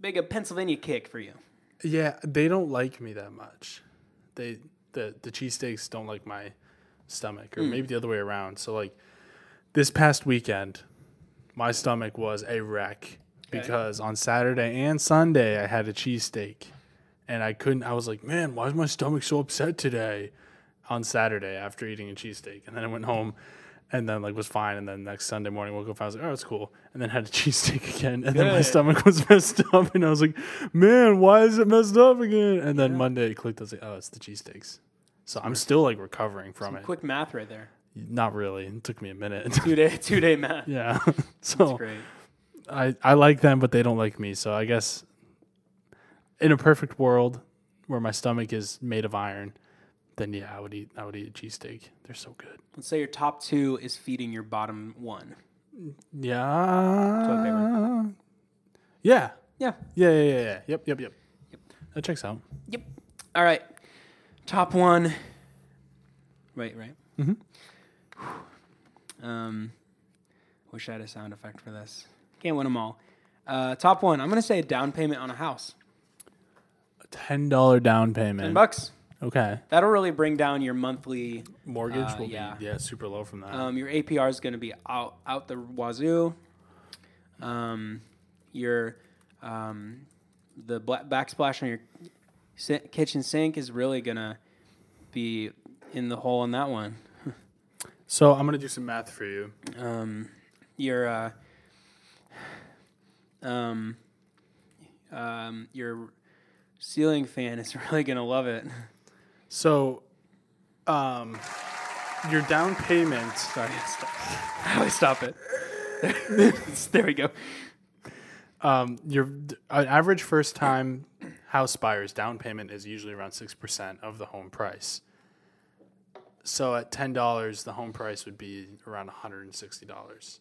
S2: Big a Pennsylvania kick for you.
S3: yeah, they don't like me that much. They the the cheesesteaks don't like my stomach, or maybe the other way around. So like this past weekend, my stomach was a wreck because on Saturday and Sunday I had a cheesesteak and I couldn't I was like, Man, why is my stomach so upset today? On Saturday after eating a cheesesteak. And then I went home and then like was fine and then next Sunday morning woke up and I was like, Oh, it's cool and then had a cheesesteak again and then my
S2: Good.
S3: stomach was messed up and I was like, Man, why is it messed up again? And then Monday it clicked, I was like, Oh, it's the cheesesteaks. So I'm still like recovering from it.
S2: Quick math right there.
S3: Not really. It took me a minute.
S2: Two day, two day math.
S3: yeah. so
S2: Great.
S3: I, I like them, but they don't like me. So I guess in a perfect world where my stomach is made of iron, then yeah, I would eat I would eat a cheesesteak. They're so good.
S2: Let's say your top two is feeding your bottom one. what they
S3: Yeah. Yeah.
S2: Yeah.
S3: Yeah, yeah, yeah, yeah. Yep, yep, yep. That checks out.
S2: Yep. All right. Top one. Right, right. Mm-hmm. Um, wish I had a sound effect for this. Can't win them all. Uh, top one. I'm gonna say a down payment on a house.
S3: A ten dollar down
S2: Ten
S3: payment.
S2: bucks.
S3: Okay.
S2: That'll really bring down your monthly.
S3: Mortgage
S2: Uh,
S3: will
S2: yeah.
S3: be yeah, super low from that.
S2: Um, your APR is gonna be out out the wazoo. Um, your um, the bla- backsplash on your si- kitchen sink is really gonna be in the hole on that one.
S3: so I'm gonna do some math for you.
S2: um, your uh, um, um, your ceiling fan is really gonna love it.
S3: So um your down payment sorry
S2: How do I stop it? there we go.
S3: Um, your d- an average first time house buyer's down payment is usually around six percent of the home price. So at ten dollars, the home price would be around one hundred and sixty dollars.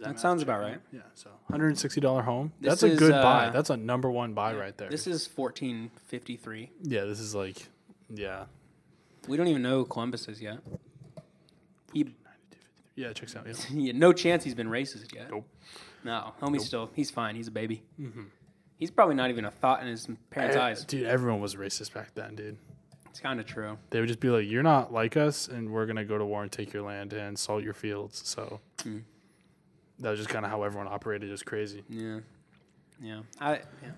S2: That sounds about right.
S3: Yeah, so one hundred and sixty dollar home.
S2: This
S3: That's a
S2: is,
S3: good
S2: uh,
S3: buy. That's a number one buy right there.
S2: This is fourteen fifty three.
S3: yeah, this is like yeah,
S2: We don't even know who Columbus is yet. He,
S3: yeah. It checks out. Yeah.
S2: yeah, no chance he's been racist yet.
S3: Nope.
S2: No, homie's still he's fine. He's a baby. He's probably not even a thought in his parents' eyes.
S3: Dude, everyone was racist back then, dude.
S2: It's kind of true.
S3: They would just be like, "You're not like us, and we're gonna go to war and take your land and salt your fields." So
S2: Mm.
S3: that was just kind of how everyone operated. It was crazy.
S2: Yeah, yeah. I yeah.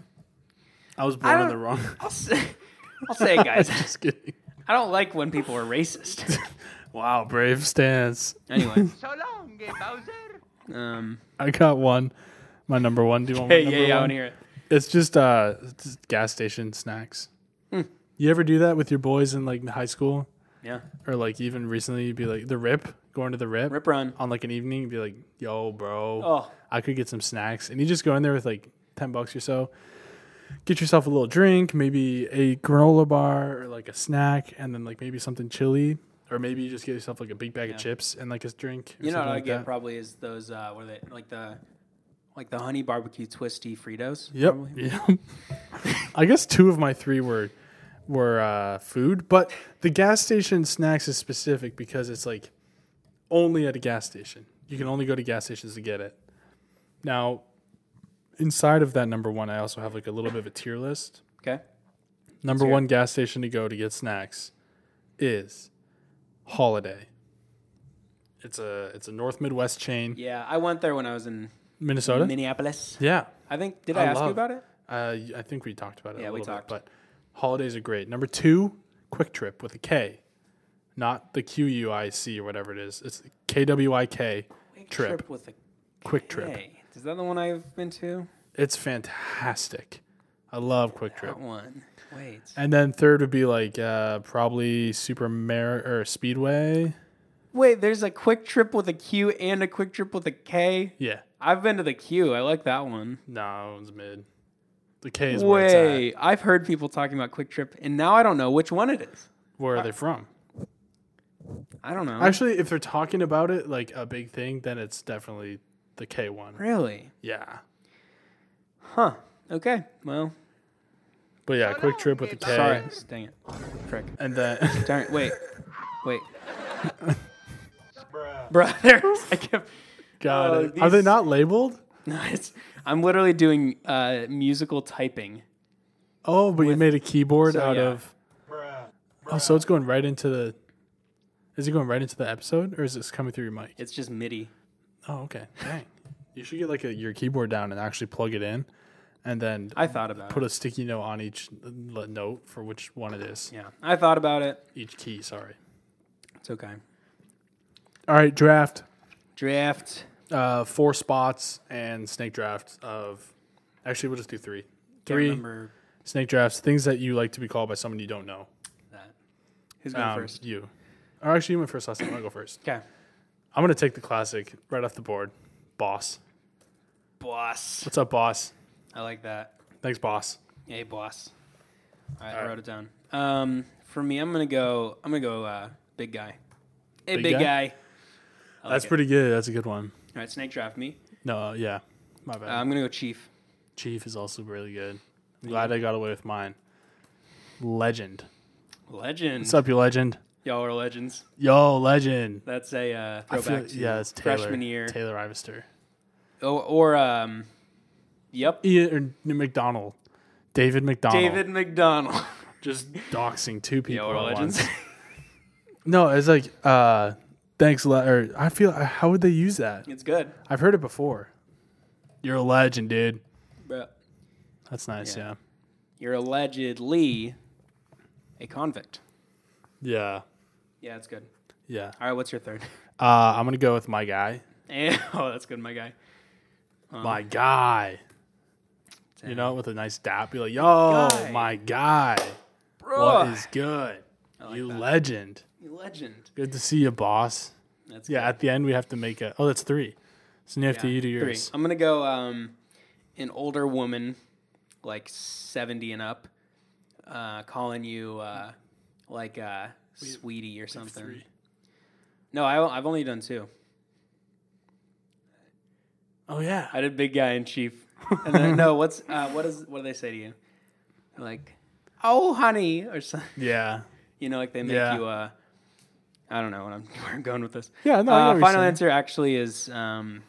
S3: I was
S2: I
S3: born in
S2: don't-
S3: the wrong.
S2: I'll say, I'll say it, guys.
S3: just kidding.
S2: I don't like when people are racist.
S3: Wow, brave stance.
S2: Anyway,
S4: So long, gay Bowser.
S2: um,
S3: I got one. My number one. Do you want my
S2: hey, yeah,
S3: number
S2: yeah, I
S3: one?
S2: want to hear it.
S3: It's just uh, it's just gas station snacks.
S2: Hmm.
S3: You ever do that with your boys in like high school,
S2: Yeah,
S3: or like even recently? You'd be like the rip, going to the rip,
S2: rip run.
S3: on like an evening. You'd be like, "Yo, bro,
S2: Oh,
S3: I could get some snacks. And you just go in there with like 10 bucks or so. get yourself a little drink, maybe a granola bar or like a snack, and then like maybe something chili, or maybe you just get yourself like a big bag of chips and like a drink. Or
S2: You know what
S3: something
S2: I
S3: like
S2: get
S3: that.
S2: probably is those uh, what are they like the like the honey barbecue twisty Fritos.
S3: Yep.
S2: probably.
S3: Yep. I guess two of my three were were uh, food, but the gas station snacks is specific because it's like only at a gas station. You can only go to gas stations to get it. Now, inside of that number one, I also have like a little bit of a tier list.
S2: Okay.
S3: Number
S2: hear it.
S3: one gas station to go to get snacks is Holiday. It's a it's a North Midwest chain,
S2: Yeah, I went there when I was in
S3: Minnesota.
S2: Minneapolis.
S3: yeah,
S2: I think did I,
S3: I
S2: ask you
S3: love-
S2: about it?
S3: Uh, y- I think we talked about it.
S2: Yeah,
S3: a
S2: we
S3: little
S2: talked.
S3: Bit, but holidays are great. Number two, Quick Trip with a K, not the Q U I C or whatever it is. It's K W I K Trip.
S2: with a
S3: Quick Trip.
S2: K. Is that the one I've been to?
S3: It's fantastic. I love Quick Trip.
S2: That one. Wait.
S3: And then third would be like uh, probably Super Mar or Speedway.
S2: Wait, there's a quick trip with a Q and a quick trip with a K.
S3: Yeah,
S2: I've been to the Q. I like that one.
S3: no, that one's mid. The K is where it's at.
S2: Wait, I've heard people talking about Quick Trip, and now I don't know which one it is.
S3: Where are they from?
S2: I don't know.
S3: Actually, if they're talking about it like a big thing, then it's definitely the K one.
S2: really?
S3: Yeah.
S2: Huh. Okay. Well,
S3: But yeah, quick trip with the K.
S2: sorry. Dang it. Frick.
S3: And then
S2: Darn. Wait. Wait. Bruh. There's. I kept.
S3: God,
S2: Oh,
S3: are they
S2: these-
S3: not labeled?
S2: No, it's, I'm literally doing uh, musical typing.
S3: Oh, but you made a keyboard
S2: So,
S3: out
S2: yeah.
S3: of. Oh, so it's going right into the. Is it going right into the episode, or is this coming through your mic?
S2: It's just MIDI.
S3: Oh, okay. Dang, you should get like a, your keyboard down and actually plug it in, and then
S2: I thought about
S3: put
S2: it.
S3: a sticky note on each l- note for which one it is.
S2: yeah. I thought about it.
S3: Each key. Sorry.
S2: It's okay.
S3: All right, draft.
S2: Draft.
S3: Uh, four spots and snake drafts of. Actually, we'll just do three.
S2: Can't
S3: Three
S2: remember
S3: snake drafts, things that you like to be called by someone you don't know.
S2: that. Who's going
S3: Um,
S2: first?
S3: You. Or actually, you went first last time. I'll go first.
S2: Okay.
S3: I'm going to take the classic right off the board. Boss.
S2: Boss.
S3: What's up, boss?
S2: I like that.
S3: Thanks, boss.
S2: Hey, boss. All right, I wrote it down. Um, for me, I'm gonna go. I'm gonna go. Uh, big guy. Hey, big,
S3: Big
S2: guy.
S3: guy?
S2: I like
S3: That's
S2: it.
S3: pretty good. That's a good one.
S2: All right, snake draft me.
S3: No, uh, yeah. My bad.
S2: Uh, I'm gonna go chief.
S3: Chief is also really good. I'm glad I got away with mine. Legend.
S2: Legend.
S3: What's up, you legend?
S2: Y'all are legends.
S3: Yo, legend.
S2: That's a uh,
S3: I feel-
S2: throwback to
S3: yeah, it's Taylor.
S2: freshman year.
S3: Taylor Ivester.
S2: Oh, or um, yep.
S3: Ian or McDonald. David McDonald.
S2: David McDonald.
S3: Just doxing two people.
S2: Y'all are
S3: at
S2: legends.
S3: once. No, it's like, uh, thanks, le- or I feel, uh, how would they use that?
S2: it's good.
S3: I've heard it before. You're a legend, dude.
S2: Bro.
S3: That's nice.
S2: Yeah.
S3: Yeah.
S2: You're allegedly a convict.
S3: Yeah.
S2: Yeah, it's good.
S3: Yeah.
S2: All right, what's your third?
S3: Uh, I'm gonna go with my guy.
S2: Eh, oh, that's good, my guy.
S3: my guy. You know, with a nice dap, be like, "Yo,
S2: Guy.
S3: my guy,
S2: Bro,
S3: what is good? you
S2: that.
S3: legend.
S2: you legend.
S3: Good to see you, boss."
S2: That's
S3: Yeah. At the end, we have to make a. Oh, that's three. So now you have to
S2: good.
S3: you do
S2: Three.
S3: yours.
S2: I'm gonna go um, an older woman, like 70 and up, uh, calling you uh, like uh, sweetie or something.
S3: three.
S2: No, I, I've only done two.
S3: Oh yeah.
S2: I did big guy and chief. And then no, what's uh, what is what do they say to you? Like, oh honey, or something.
S3: yeah.
S2: You know, like they make
S3: Yeah.
S2: you. Uh, I don't know what I'm, where I'm going with this.
S3: Yeah, no, I know what
S2: Uh,
S3: you're
S2: final
S3: saying.
S2: answer actually is um,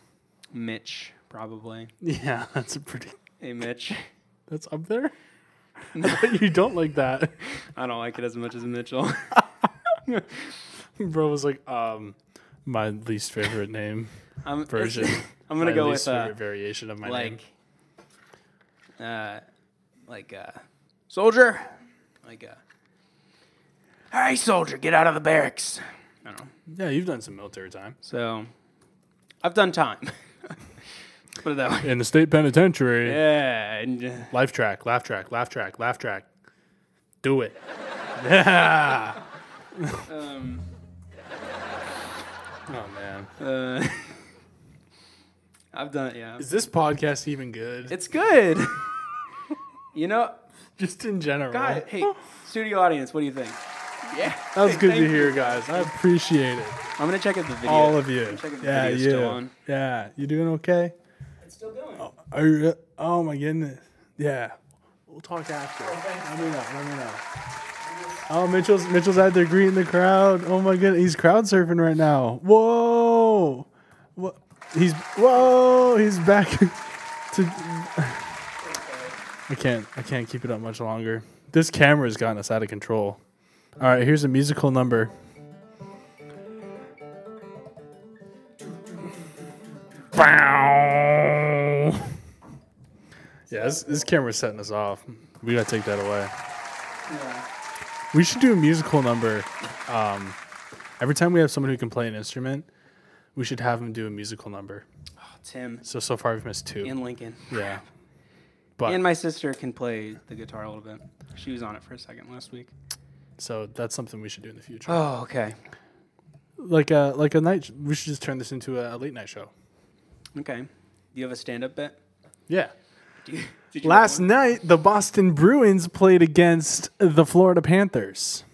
S2: Mitch, probably.
S3: Yeah. That's a pretty.
S2: Hey, Mitch.
S3: That's up there. you don't like that.
S2: I don't like it as much as Mitchell.
S3: Bro was like, um, my least favorite name.
S2: I'm, it's-
S3: Version.
S2: I'm gonna
S3: My
S2: go
S3: least
S2: with uh,
S3: favorite variation of my name.
S2: like, uh, like uh, soldier, like uh, hey soldier, get out of the barracks. I don't know.
S3: Yeah, you've done some military time
S2: So, I've done time. Put it that way.
S3: in the state penitentiary.
S2: Yeah, and, uh,
S3: Life track, laugh track, laugh track, laugh track. Do it. Oh, Yeah.
S2: um,
S3: Oh man,
S2: uh, I've done it. Yeah,
S3: is this podcast even good?
S2: It's good. You know,
S3: Just in general.
S2: guys, hey, studio audience, what do you think? Yeah.
S3: that was good to
S2: Thank
S3: hear, guys. I appreciate it.
S2: I'm gonna check out the video.
S3: All of you.
S2: Check if the
S3: Yeah, yeah.
S2: video's still on.
S3: Yeah. You doing okay?
S2: It's still going.
S3: Are you, oh my goodness. Yeah. We'll talk after.
S2: Oh,
S3: let me know. Let me know. Oh, Mitchell's Mitchell's out there greeting the crowd. Oh my goodness, he's crowd surfing right now. Whoa, what? He's whoa, he's back to. I can't. I can't keep it up much longer. This camera's gotten us out of control. All right, here's a musical number. Bow. Yeah, this, this camera's setting us off. We gotta take that away. We should do a musical number. Um, every time we have someone who can play an instrument, we should have them do a musical number.
S2: Oh, Tim
S3: So so far we've missed two.
S2: and Lincoln.
S3: yeah. But
S2: And my sister can play the guitar a little bit. She was on it for a second last week.
S3: so that's something we should do in the future.
S2: Oh, okay.
S3: like a like a night. We should just turn this into a, a late night show.
S2: Okay. Do you have a stand-up bet?
S3: Yeah.
S2: Do you, did you
S3: Last
S2: have
S3: night, the Boston Bruins played against the Florida Panthers.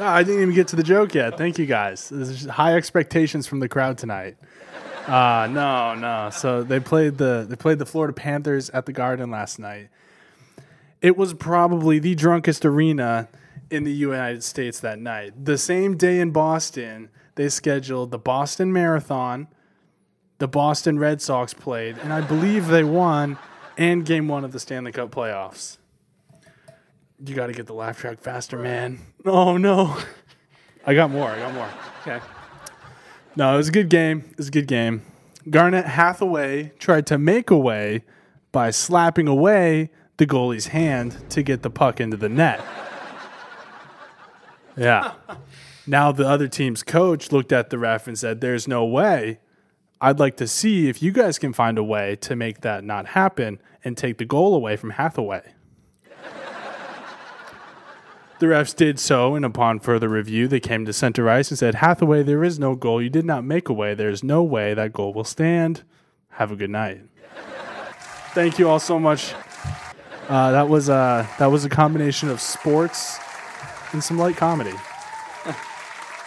S3: Ah, I didn't even get to the joke yet. Thank you guys. There's just high expectations from the crowd tonight. Uh, no, no. So they played the they played the Florida Panthers at the Garden last night. It was probably the drunkest arena in the United States that night. The same day in Boston, they scheduled the Boston Marathon, the Boston Red Sox played, and I believe they won and game one of the Stanley Cup playoffs. You got to get the laugh track faster, man. Oh, no. I got more. I got more.
S2: Okay.
S3: No, it was a good game. It was a good game. Garnett Hathaway tried to make away by slapping away the goalie's hand to get the puck into the net. Yeah. Now the other team's coach looked at the ref and said, There's no way. I'd like to see if you guys can find a way to make that not happen and take the goal away from Hathaway. The refs did so, and upon further review, they came to center ice and said, Hathaway, there is no goal. You did not make a way. There's no way that goal will stand. Have a good night. Thank you all so much. Uh, that was uh, that was a combination of sports and some light comedy.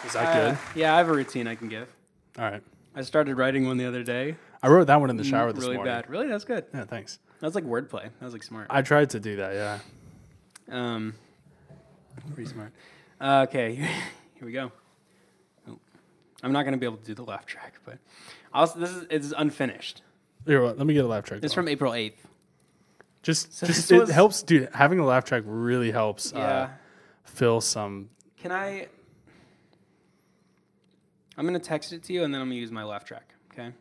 S3: Is that
S2: Uh, yeah, I have a routine I can give.
S3: good? All right.
S2: I started writing one the other day.
S3: I wrote that one in the shower this
S2: mm, really
S3: morning.
S2: bad. Really, that's good.
S3: Yeah, thanks.
S2: That was like wordplay. That was like smart.
S3: I tried to do that. Yeah.
S2: Um, pretty smart. Uh, okay, here we go. Oh, I'm not gonna be able to do the laugh track, but also this is it's unfinished.
S3: Here, let me get a laugh track.
S2: It's
S3: going.
S2: from April 8th.
S3: just,
S2: so
S3: just
S2: this
S3: it
S2: was-
S3: helps, dude. Having a laugh track really helps uh,
S2: Yeah.
S3: fill some
S2: Can I? I'm gonna text it to you, and then I'm gonna use my laugh track. Okay.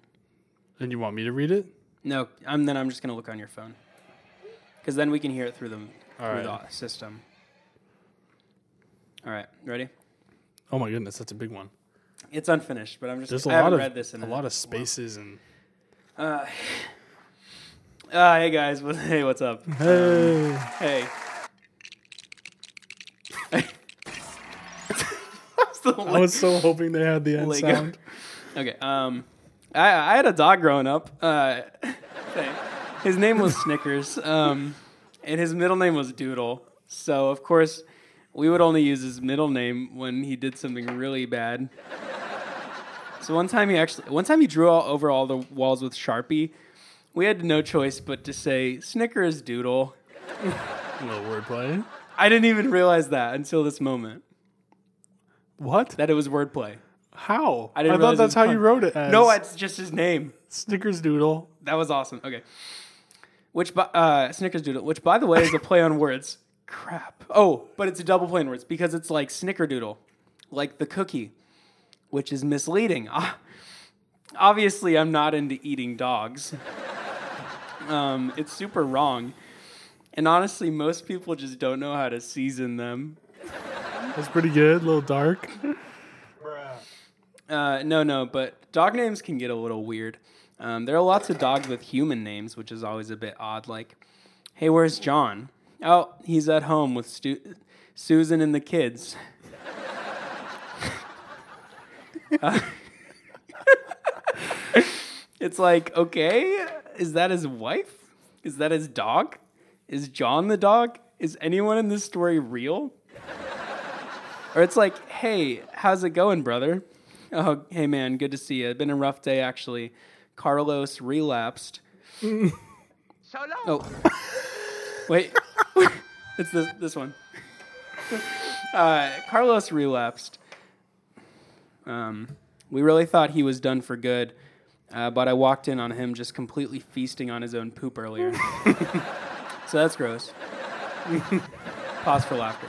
S3: And you want me to read it?
S2: No, I'm then I'm just gonna look on your phone, because then we can hear it through the through
S3: right.
S2: the system. All right, ready?
S3: Oh my goodness, that's a big one.
S2: It's unfinished, but I'm just.
S3: There's
S2: I
S3: a lot
S2: haven't
S3: of
S2: read this in
S3: a lot of spaces and
S2: Uh, hey guys, what, hey, what's up?
S3: hey,
S2: Hey. That's the
S3: I was so hoping they had the end
S2: Lego.
S3: sound.
S2: Okay. Um, I I had a dog growing up. Uh, thing. his name was Snickers. Um, and his middle name was Doodle. So of course, we would only use his middle name when he did something really bad. So one time he actually, one time he drew all over all the walls with Sharpie. We had no choice but to say Snickers Doodle.
S3: A little wordplay.
S2: I didn't even realize that until this moment
S3: What?
S2: that it was wordplay.
S3: How? I,
S2: didn't
S3: thought
S2: realize it
S3: that's
S2: was
S3: how
S2: pun.
S3: you wrote it. As.
S2: No, it's just his name.
S3: Snickers Doodle.
S2: That was awesome. Okay. Which, by, uh, Snickers Doodle, which by the way is a play on words. Crap. Oh, but it's a double play on words because it's like Snickerdoodle, like the cookie, which is misleading. Ah, Obviously, I'm not into eating dogs. Um, it's super wrong. And honestly, most people just don't know how to season them.
S3: That's pretty good. A little dark.
S2: Uh, no, no, but dog names can get a little weird. Um, there are lots of dogs with human names, which is always a bit odd. Like, hey, where's John? Oh, he's at home with Stu- Susan and the kids. Uh, it's like, okay, is that his wife? Is that his dog? is John the dog? Is anyone in this story real? or it's like, hey, how's it going, brother? Oh, hey, man, good to see you. Been a rough day, actually. Carlos relapsed.
S4: So long.
S2: Oh, wait, it's this this one. Uh, Carlos relapsed. Um, we really thought he was done for good, uh, but I walked in on him just completely feasting on his own poop earlier. so that's gross. Pause for laughter.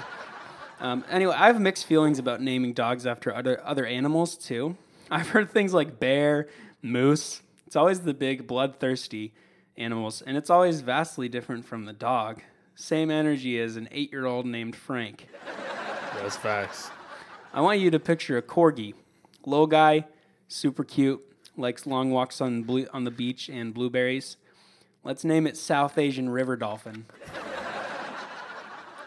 S2: Um, anyway, I have mixed feelings about naming dogs after other other animals too. I've heard things like bear, moose. It's always the big bloodthirsty animals, and it's always vastly different from the dog. Same energy as an eight-year-old named Frank.
S3: That's facts.
S2: I want you to picture a corgi, little guy, super cute, likes long walks on blue, on the beach and blueberries. Let's name it South Asian River Dolphin.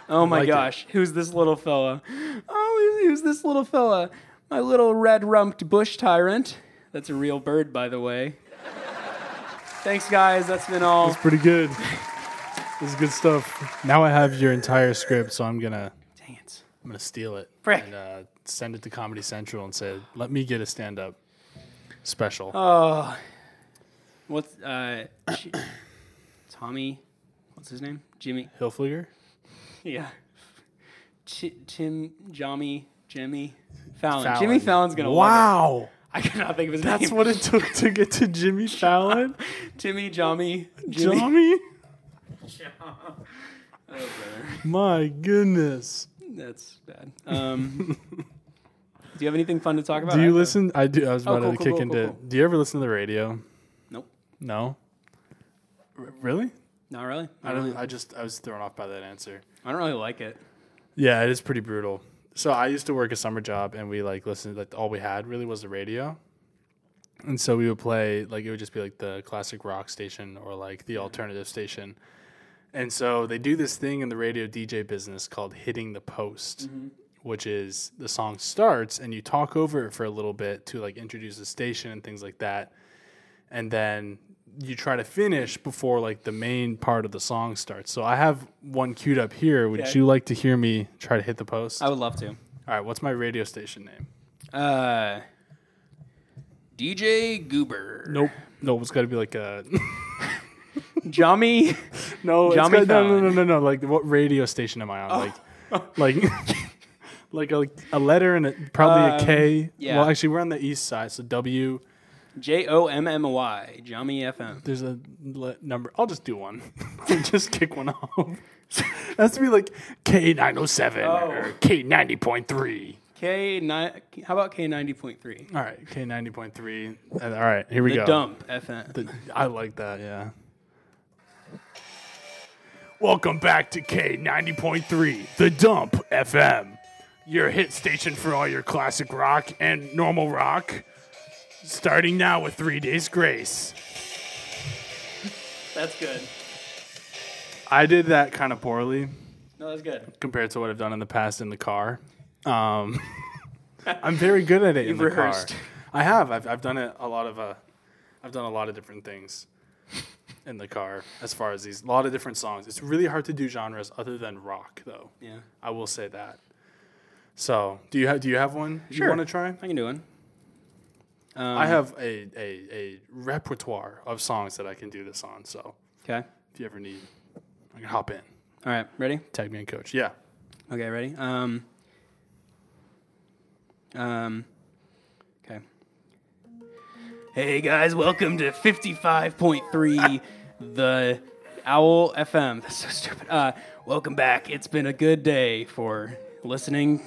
S2: Oh my
S3: like it.
S2: gosh, who's this little fella? Oh, who's this little fella? My little red-rumped bush tyrant. That's a real bird, by the way. Thanks, guys. That's been all.
S3: It's pretty good. This is good stuff. Now I have your entire script, so I'm gonna
S2: Dang it.
S3: I'm gonna steal it
S2: Frick.
S3: and uh, send it to Comedy Central and say, "Let me get a stand-up special."
S2: Oh, what's uh, J- Tommy? What's his name? Jimmy?
S3: Hilfiger.
S2: Yeah, Ch- Tim, Jommy, Jimmy Fallon.
S3: Fallon.
S2: Jimmy Fallon's gonna. Love it.
S3: Wow,
S2: I could not think of his
S3: that's
S2: name.
S3: what it took to get to Jimmy Fallon.
S2: Timmy, Jommy, Jimmy.
S3: Jimmy,
S2: Oh, brother.
S3: my goodness.
S2: That's bad. Um, do you have anything fun to talk about?
S3: Do you
S2: I- Oh,
S3: listen? I do. I was about
S2: cool,
S3: to
S2: cool,
S3: kick
S2: cool,
S3: into.
S2: cool, cool.
S3: Do you ever listen to the radio?
S2: Nope.
S3: No. R- really?
S2: Not really. I
S3: I
S2: don't.
S3: don't.
S2: Really,
S3: I just I was thrown off by that answer.
S2: I don't really like it.
S3: Yeah, it is pretty brutal. So I used to work a summer job, and we like listened. Like all we had really was the radio, and so we would play like it would just be like the classic rock station or like the alternative station. And so they do this thing in the radio DJ business called hitting the post,
S2: Mm-hmm.
S3: which is the song starts and you talk over it for a little bit to like introduce the station and things like that, and then you try to finish before like the main part of the song starts. So I have one queued up here. Would
S2: Okay.
S3: you like to hear me try to hit the post?
S2: I would love to.
S3: All right, what's my radio station name?
S2: Uh, DJ Goober.
S3: Nope. No, it's got to be like a
S2: Jommy.
S3: no. it's
S2: Jami
S3: gotta- no, no, no,
S2: Fallon.
S3: no, no. Like what radio station am I on? Like, like, like a, a letter and a, probably a
S2: Um,
S3: K.
S2: yeah.
S3: Well, actually, we're on the east side, so W.
S2: J O M M Y, Jummy FM.
S3: There's a le- number. I'll just do one. just kick one off. It has to be like K nine oh seven or K ninety point three.
S2: K nine. How about K ninety point three?
S3: All right, K ninety point three. All right, here we
S2: The
S3: go.
S2: dump FM.
S3: The- I like that, yeah. Welcome back to K90.3, The Dump FM, your hit station for all your classic rock and normal rock. Starting now with Three Days Grace.
S2: that's good.
S3: I did that kind of poorly
S2: No, that's good.
S3: compared to what I've done in the past in the car. Um, I'm very good at it in the
S2: rehearsed.
S3: car. I have. I've, I've done it a lot of. Uh, I've done a lot of different things in the car as far as these. A lot of different songs. It's really hard to do genres other than rock, though.
S2: Yeah,
S3: I will say that. So, do you have do you have one
S2: Sure.
S3: you want to try?
S2: I can do one. Um,
S3: I have a, a a repertoire of songs that I can do this on. So,
S2: Okay.
S3: if you ever need, I can hop in.
S2: All right. Ready?
S3: Tag me in, coach. Yeah.
S2: Okay. Ready? Um. Um. Okay. Hey guys, welcome to fifty-five point three, the Owl FM. That's so stupid. Uh, welcome back. It's been a good day for listening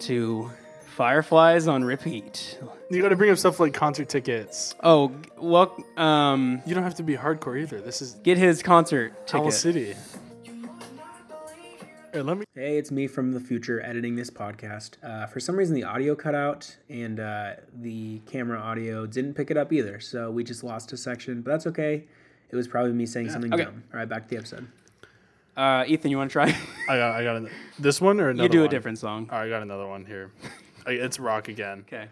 S2: to Fireflies on repeat.
S3: You got to bring up stuff like concert tickets.
S2: Oh, g- well, um,
S3: You don't have to be hardcore either. This is
S2: get his concert ticket.
S3: Owl City. Here, let me.
S2: Hey, it's me from the future editing this podcast. Uh, for some reason, the audio cut out and uh, the camera audio didn't pick it up either, so we just lost a section. But that's okay. It was probably me saying something
S5: okay.
S2: dumb. All right, back to the episode. Uh, Ethan, you want to try?
S3: I got. I got an, this one or another.
S2: you do a
S3: one?
S2: different song.
S3: All right, I got another one here. I, it's rock again.
S2: Okay.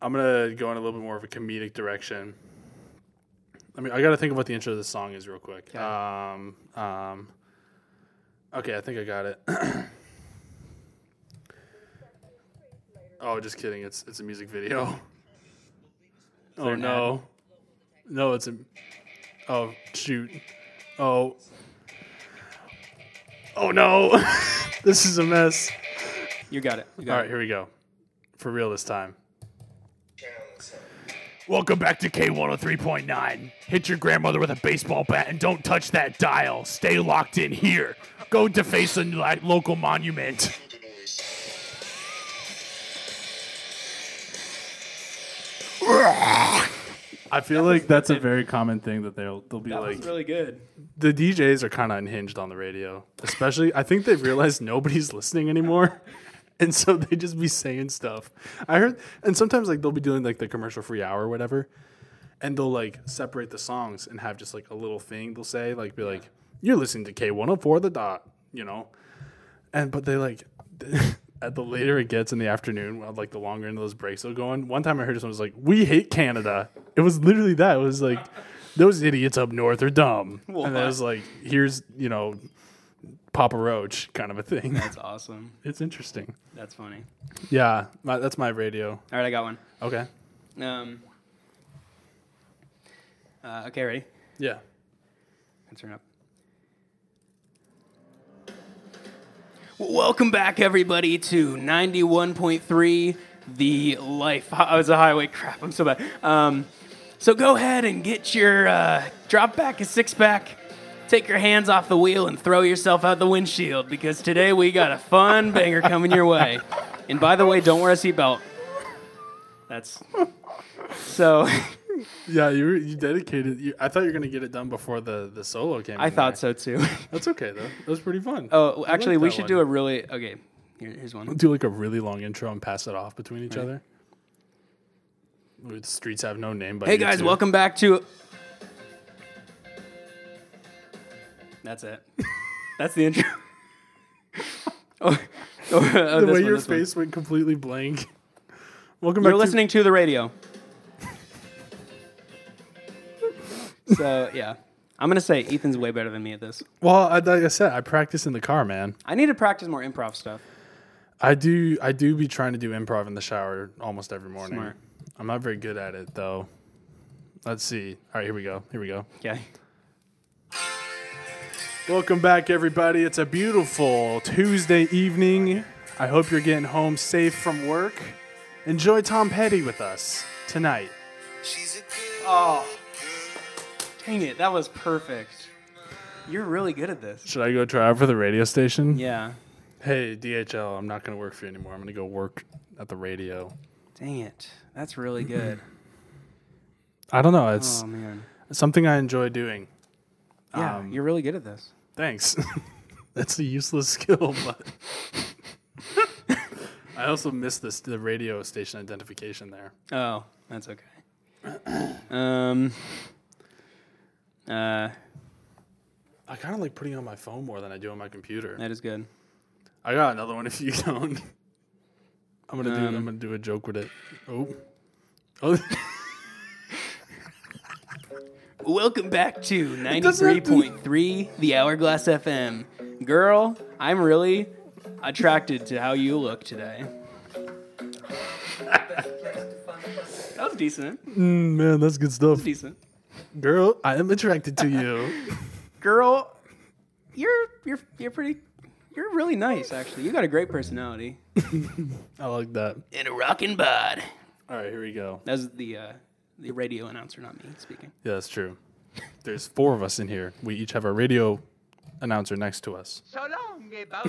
S3: I'm gonna go in a little bit more of a comedic direction. I mean, I got to think of what the intro to this song is real quick. Um, um, okay, I think I got it. oh, just kidding. It's it's a music video. Oh
S2: an
S3: no, no, it's a. Oh shoot. Oh. Oh no. this is a mess.
S2: You got it. You got
S3: All
S2: it.
S3: right, here we go. For real this time. Welcome back to K103.9. Hit your grandmother with a baseball bat and don't touch that dial. Stay locked in here. Go deface a li- local monument. I feel like that's a very common thing that they'll they'll be
S2: That
S3: like
S2: was really good.
S3: the DJs are kind of unhinged on the radio, especially. I think they've realized nobody's listening anymore, and so they just be saying stuff. I heard, and sometimes like they'll be doing like the commercial free hour or whatever, and they'll like separate the songs and have just like a little thing they'll say, like be like, "You're listening to K one hundred four the dot," you know, and but they like. At the later it gets in the afternoon, while like the longer into those breaks will go on. One time I heard someone was like, "We hate Canada." It was literally that. It was like, "Those idiots up north are dumb," and I was like, "Here's you know, Papa Roach kind of a thing."
S2: That's awesome.
S3: it's interesting.
S2: That's funny.
S3: Yeah, my, that's my radio.
S2: All right, I got one.
S3: Okay.
S2: Um, uh, okay, ready?
S3: Yeah.
S2: Let's turn up. Well, Welcome back, everybody, to 91.3 The Life. I was a highway crap. I'm so bad. Um, so go ahead and get your uh, drop back a six pack. Take your hands off the wheel and throw yourself out the windshield because today we got a fun banger coming your way. And by the way, don't wear a seatbelt. That's so.
S3: Yeah, you were- you dedicated. You, I thought you were gonna get it done before the the solo came.
S2: I
S3: in
S2: thought so
S3: there.
S2: too.
S3: That's okay though. That was pretty fun.
S2: Oh, actually,
S3: like
S2: we
S3: that
S2: should
S3: one.
S2: do a really okay. Here, here's one.
S3: do like a really long intro and pass it off between each other. The streets have no name, but
S2: Hey
S3: you
S2: guys,
S3: two.
S2: welcome back to. That's it. That's the intro. oh, oh, oh,
S3: The
S2: this
S3: way
S2: one,
S3: your
S2: this one.
S3: face went completely blank. Welcome back.
S2: You're listening to the radio. so yeah, I'm gonna say Ethan's way better than me at this.
S3: To, well, I, like I said, I practice in the car, man.
S2: I need to practice more improv stuff.
S3: I do. I do be trying to do improv in the shower almost every morning.
S2: Smart.
S3: I'm not very good at it though. Let's see. All right, here we go. Here we go.
S2: Okay.
S3: Welcome back, everybody. It's a beautiful Tuesday evening. I hope you're getting home safe from work. Enjoy Tom Petty with us tonight.
S2: Oh, dang it! That was perfect. You're really good at this.
S3: Should I go try out for the radio station?
S2: Yeah.
S3: Hey, DHL, I'm not going to work for you anymore. I'm going to go work at the radio.
S2: Dang it. That's really good.
S3: I don't know. It's
S2: oh man.
S3: something I enjoy doing.
S2: Yeah,
S3: Um,
S2: you're really good at this.
S3: Thanks. That's a useless skill, but I also missed this the radio station identification there.
S2: Oh, that's okay. um. Uh,
S3: I kind of like putting on my phone more than I do on my computer.
S2: that is good.
S3: I got another one if you don't. I'm gonna do.
S2: Um,
S3: I'm gonna do a joke with it. Oh, oh,
S2: Welcome back to
S3: doesn't have to-
S2: 93.3 The Hourglass FM. Girl, I'm really attracted to how you look today. that was decent.
S3: man, that's good stuff,
S2: Decent.
S3: girl. I am attracted to you.
S2: Girl, you're you're you're pretty you're really nice actually. You got a great personality.
S3: I like that.
S2: And a rockin' bod.
S3: All right, here we go.
S2: That was the uh, the radio announcer, not me speaking.
S3: Yeah, that's true. There's four of us in here. We each have our radio announcer next to us.
S4: So long, about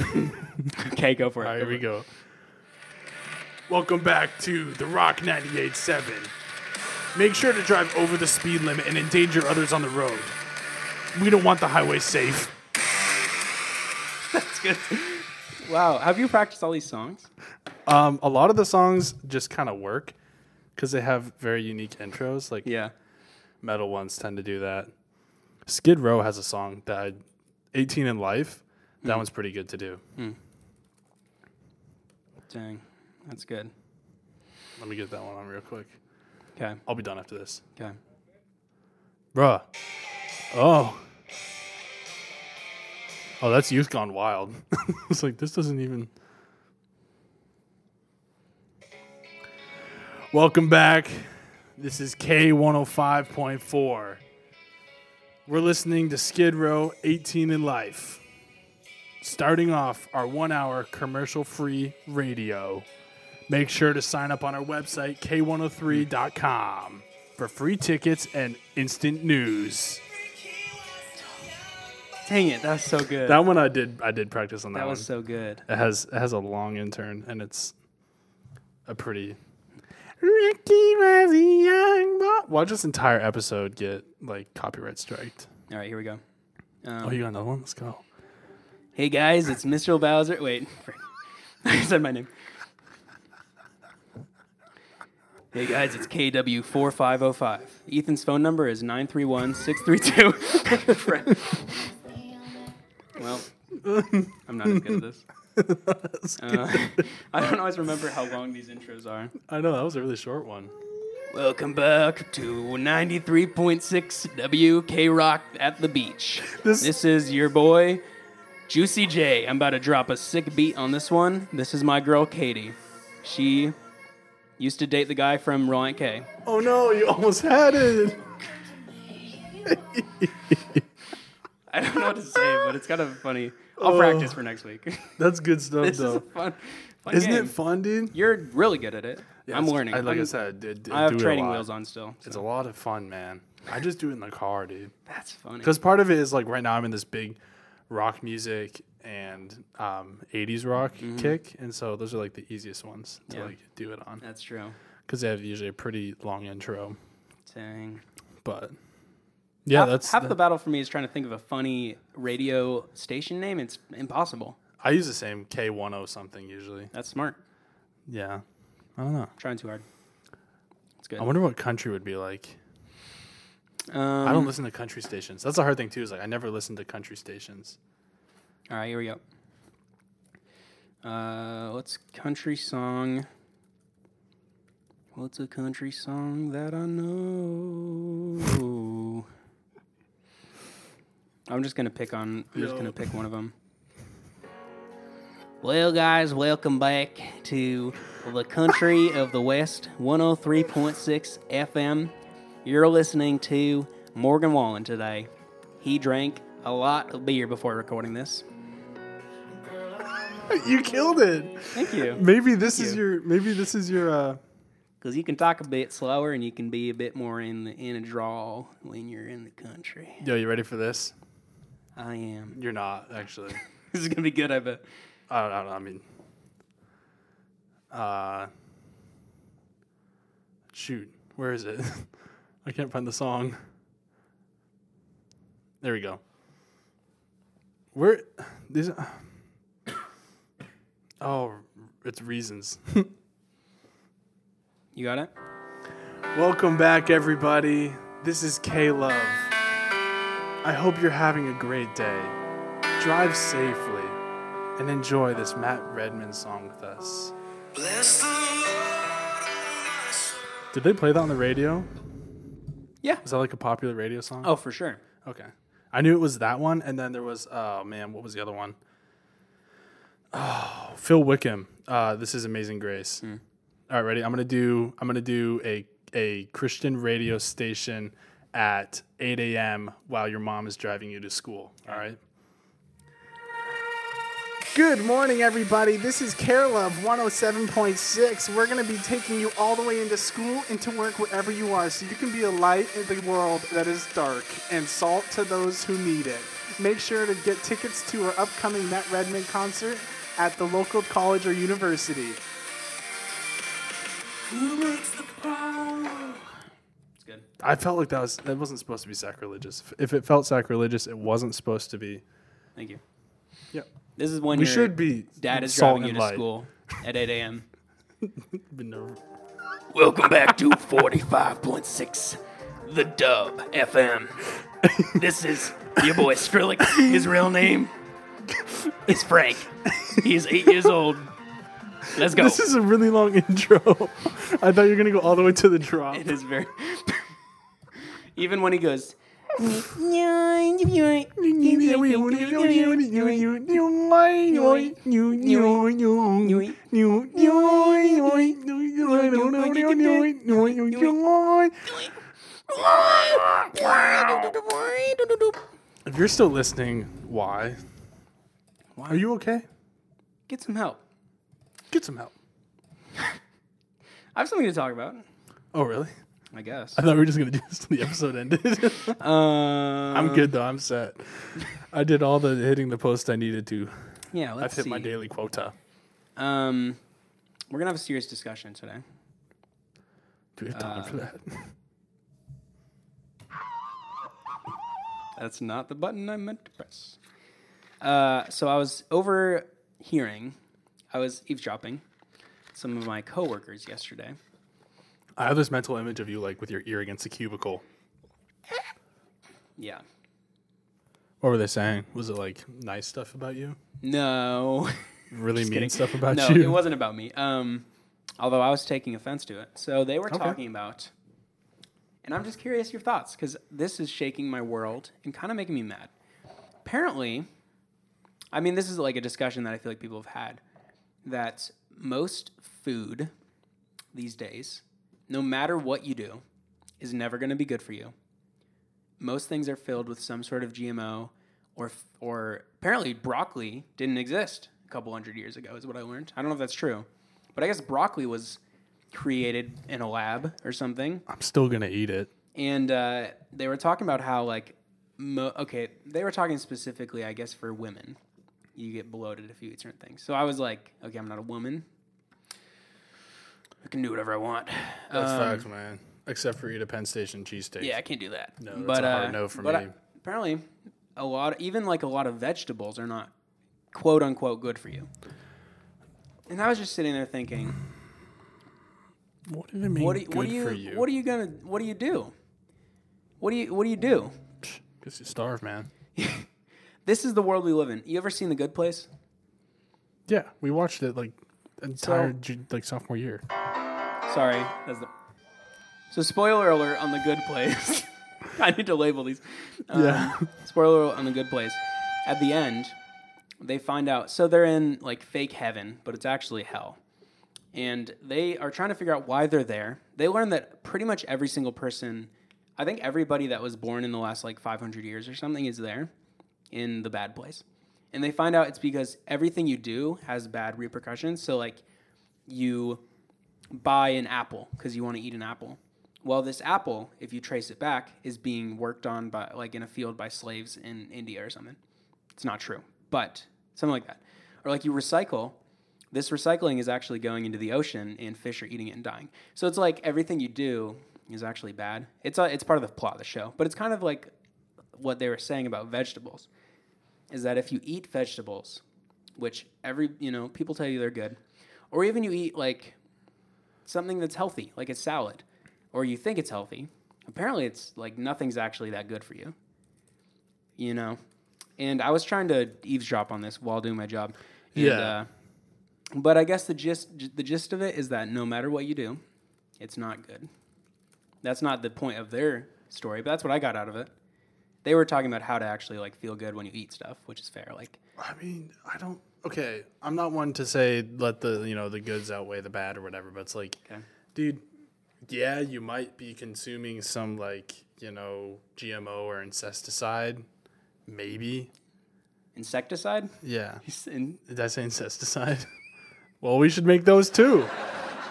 S2: Okay, go for it.
S3: All right, here we go. Welcome back to The Rock 98.7. Make sure to drive over the speed limit and endanger others on the road. We don't want the highway safe.
S2: That's good. Wow, have you practiced all these songs?
S3: Um, a lot of the songs just kind of work because they have very unique intros. Like
S2: Yeah.
S3: metal ones tend to do that. Skid Row has a song that I, 18 in Life. That one's pretty good to do.
S2: Dang, that's good.
S3: Let me get that one on real quick.
S2: Okay,
S3: I'll be done after this.
S2: okay.
S3: Bruh. Oh. Oh, that's youth gone wild. it's like this doesn't even. Welcome back. This is K105.4. We're listening to Skid Row 18 in Life. Starting off our one hour commercial free radio. Make sure to sign up on our website, k103.com, for free tickets and instant news.
S2: Dang it, that's so good. That,
S3: That one I did I did practice on that, one.
S2: was so good.
S3: It has it has a long intern and it's a pretty Ricky was a young boy. Why'd this entire episode get like copyright striked?
S2: All right, here we go.
S3: Oh, you got another one? Let's go.
S2: Hey guys, it's Mr. Bowser. Wait, I said my name. Hey guys, it's KW4505. Ethan's phone number is 931 632. Well, I'm not as good at this. Uh, I don't always remember how long these intros are.
S3: I know that was a really short one.
S2: Welcome back to 93.6 WK Rock at the Beach.
S3: This-
S2: This, is your boy, Juicy J. I'm about to drop a sick beat on this one. This is my girl, Katie. She used to date the guy from Reliant K.
S3: Oh no, you almost had it.
S2: I don't know what to say, but it's kind of funny. I'll practice for next week.
S3: That's good stuff
S2: this is
S3: Oh. though.
S2: a fun, fun
S3: Isn't
S2: game.
S3: it fun, dude?
S2: You're really good at it. I'm
S3: It's-
S2: learning.
S3: I, like
S2: I'm-
S3: I said, I did, did
S2: I have
S3: do it a
S2: training
S3: lot.
S2: wheels on still.
S3: It's
S2: so
S3: a lot of fun, man. I just do it in the car, dude.
S2: that's funny.
S3: Because part of it is like right now I'm in this big rock music and um, 80s rock kick, and so those are like the easiest ones to
S2: Yeah.
S3: like do it on
S2: That's true.
S3: because they have usually a pretty long intro.
S2: Dang.
S3: But yeah,
S2: half,
S3: that's
S2: half
S3: the-
S2: the battle for me is trying to think of a funny radio station name. It's impossible.
S3: I use the same K10 something usually.
S2: That's smart.
S3: Yeah, I don't know.
S2: I'm trying too hard. It's good.
S3: I wonder what country would be like.
S2: Um,
S3: I don't listen to country stations. That's the hard thing too. Is like I never listen to country stations.
S2: All right, here we go. Uh, let's country song. What's a country song that I know? I'm just gonna pick on. I'm just gonna pick one of them. Well, guys, welcome back to the country of the West, 103.6 FM. You're listening to Morgan Wallen today. He drank a lot of beer before recording this.
S3: You killed it.
S2: Thank you.
S3: Maybe this is your. Maybe this is your. uh
S2: Because you can talk a bit slower and you can be a bit more in the in a draw when you're in the country.
S3: Yo, you ready for this?
S2: I am.
S3: You're not actually.
S2: This is gonna be good, I bet.
S3: I don't, I don't know. I mean, uh, shoot, where is it? I can't find the song. There we go. Where these? Oh, it's reasons.
S2: You got it.
S3: Welcome back, everybody. This is K Love. I hope you're having a great day. Drive safely and enjoy this Matt Redman song with us. Did they play that on the radio?
S2: Yeah.
S3: Is that like a popular radio song?
S2: Oh, for sure.
S3: okay. I knew it was that one, and then there was oh man, what was the other one? Oh, Phil Wickham. Uh, this is Amazing Grace. All right, ready. I'm gonna do. I'm gonna do a a Christian radio station at 8 a.m. while your mom is driving you to school. All right. Good morning, everybody. This is oh Care Love 107.6. We're going to be taking you all the way into school and to work wherever you are so you can be a light in the world that is dark and salt to those who need it. Make sure to get tickets to our upcoming Matt Redman concert at the local college or university.
S2: It's good.
S3: I felt like that was that wasn't supposed to be sacrilegious. If it felt sacrilegious, it wasn't supposed to be.
S2: Thank you.
S3: Yeah.
S2: This is when
S3: We
S2: your
S3: should be
S2: Dad is
S3: salt
S2: driving you
S3: and
S2: to
S3: light.
S2: school at 8 a.m.
S3: No.
S2: Welcome back to 45.6, the Dub FM. This is your boy Skrillex. His real name is Frank. He's eight years old. Let's go.
S3: This is a really long intro. I thought you were going to go all the way to the drop.
S2: it is very. Even when he goes,
S3: If you're still listening, why?
S2: Why?
S3: Are you okay?
S2: Get some help.
S3: Get some help.
S2: I have something to talk about,
S3: Oh, really?
S2: I guess.
S3: I thought we were just going to do this till the episode ended.
S2: I'm
S3: I'm good, though. I'm set. I did all the hitting the post I needed to.
S2: Yeah, let's
S3: I've hit
S2: see.
S3: my daily quota.
S2: Um, we're gonna have a serious discussion today.
S3: Do we have time for that?
S2: That's not the button I meant to press. Uh, so I was overhearing, I was eavesdropping some of my coworkers yesterday.
S3: I have this mental image of you, like, with your ear against the cubicle.
S2: Yeah.
S3: What were they saying? Was it, like, nice stuff about you?
S2: No.
S3: Really mean
S2: kidding.
S3: stuff about
S2: no,
S3: you?
S2: it wasn't about me. Um, although I was taking offense to it. So they were talking about, and I'm just curious your thoughts because this is shaking my world and kind of making me mad. Apparently, I mean, this is like a discussion that I feel like people have had that most food these days, no matter what you do, is never going to be good for you. Most things are filled with some sort of GMO, or f- or apparently broccoli didn't exist a couple hundred years ago, is what I learned. I don't know if that's true, but I guess broccoli was created in a lab or something.
S3: I'm still going to eat it.
S2: And uh, they were talking about how like, mo- okay, they were talking specifically, I guess, for women. You get bloated if you eat certain things. So I was like, okay, I'm not a woman. I can do whatever I want.
S3: That's
S2: Um,
S3: facts, man. Except for eat a Penn Station cheesesteak.
S2: Yeah, I can't do that. No,
S3: that's a hard no for me.
S2: uh, apparently, a lot, even like a lot of vegetables, are not quote unquote good for you. And I was just sitting there thinking,
S3: What did it mean?
S2: what do you,
S3: good
S2: what do you,
S3: for you?
S2: what are you gonna, what do you do? What do you, what do you do?
S3: Because you starve, man.
S2: This is the world we live in. You ever seen The Good Place?
S3: Yeah, we watched it like entire ju- like sophomore year.
S2: Sorry, that's the. So spoiler alert on The Good Place. I need to label these. Um,
S3: yeah,
S2: spoiler alert on the good place at the end they find out so they're in like fake heaven but it's actually hell and they are trying to figure out why they're there they learn that pretty much every single person i think everybody that was born in the last like 500 years or something is there in the bad place and they find out it's because everything you do has bad repercussions so like you buy an apple because you want to eat an apple. Well, this apple, if you trace it back, is being worked on by like in a field by slaves in India or something. It's not true, but something like that. Or like you recycle, this recycling is actually going into the ocean and fish are eating it and dying. So it's like everything you do is actually bad. It's a, it's part of the plot of the show, but it's kind of like what they were saying about vegetables is that if you eat vegetables, which every, you know, people tell you they're good, or even you eat like something that's healthy, like a salad, or you think it's healthy. Apparently, it's like nothing's actually that good for you, you know. And I was trying to eavesdrop on this while doing my job. And, uh,
S3: Yeah.
S2: but I guess the gist the gist of it is that no matter what you do, it's not good. That's not the point of their story, but that's what I got out of it. They were talking about how to actually like feel good when you eat stuff, which is fair. Like,
S3: I mean, I don't. Okay, I'm not one to say let the you know the goods outweigh the bad or whatever, but it's like,
S2: Okay.
S3: dude, yeah, you might be consuming some like you know GMO or insecticide, maybe.
S2: insecticide?
S3: Yeah,
S2: In-
S3: did I say insecticide? well, we should make those too.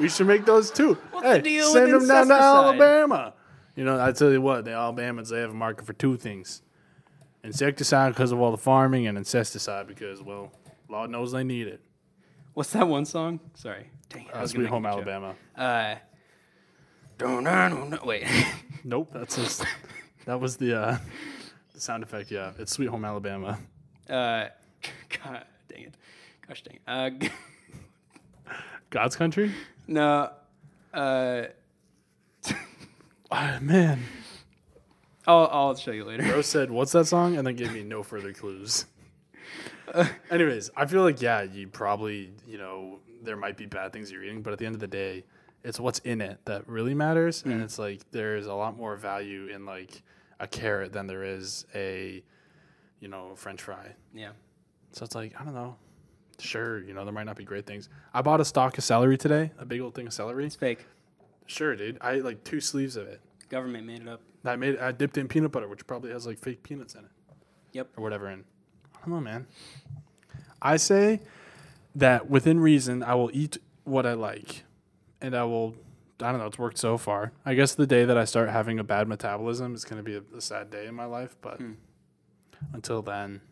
S3: We should make those too. What's
S2: the
S3: hey,
S2: deal
S3: send
S2: with
S3: them down to
S2: insecticide?
S3: Alabama. You know, I tell you what, the Alabamans they have a market for two things: insecticide because of all the farming, and insecticide because, well, Lord knows they need it.
S2: What's that one song? Sorry. Dang it. I
S3: Uh,
S2: was gonna
S3: Sweet
S2: make
S3: Home
S2: a joke.
S3: Alabama.
S2: Uh, don't I don't know. Wait.
S3: Nope, that's just, that was the, uh, the sound effect. Yeah, it's Sweet Home Alabama.
S2: Uh, God dang it. Gosh dang it. Uh, g-
S3: God's country.
S2: no. Uh,
S3: Ah, man,
S2: I'll, I'll show you later.
S3: Bro said, "What's that song?" and then gave me no further clues. Anyways, I feel like yeah, you probably you know there might be bad things you're eating, but at the end of the day, it's what's in it that really matters, and it's like there's a lot more value in like a carrot than there is a, you know, French fry.
S2: Yeah.
S3: So it's like I don't know. Sure, you know there might not be great things. I bought a stalk of celery today, a big old thing of celery.
S2: It's fake.
S3: Sure, dude. I ate like two sleeves of it.
S2: Government made it up.
S3: I made I dipped in peanut butter, which probably has like fake peanuts in it.
S2: Yep.
S3: Or whatever in. I don't know, man. I say that within reason, I will eat what I like, and I will. I don't know. It's worked so far. I guess the day that I start having a bad metabolism is going to be a, a sad day in my life. But until then,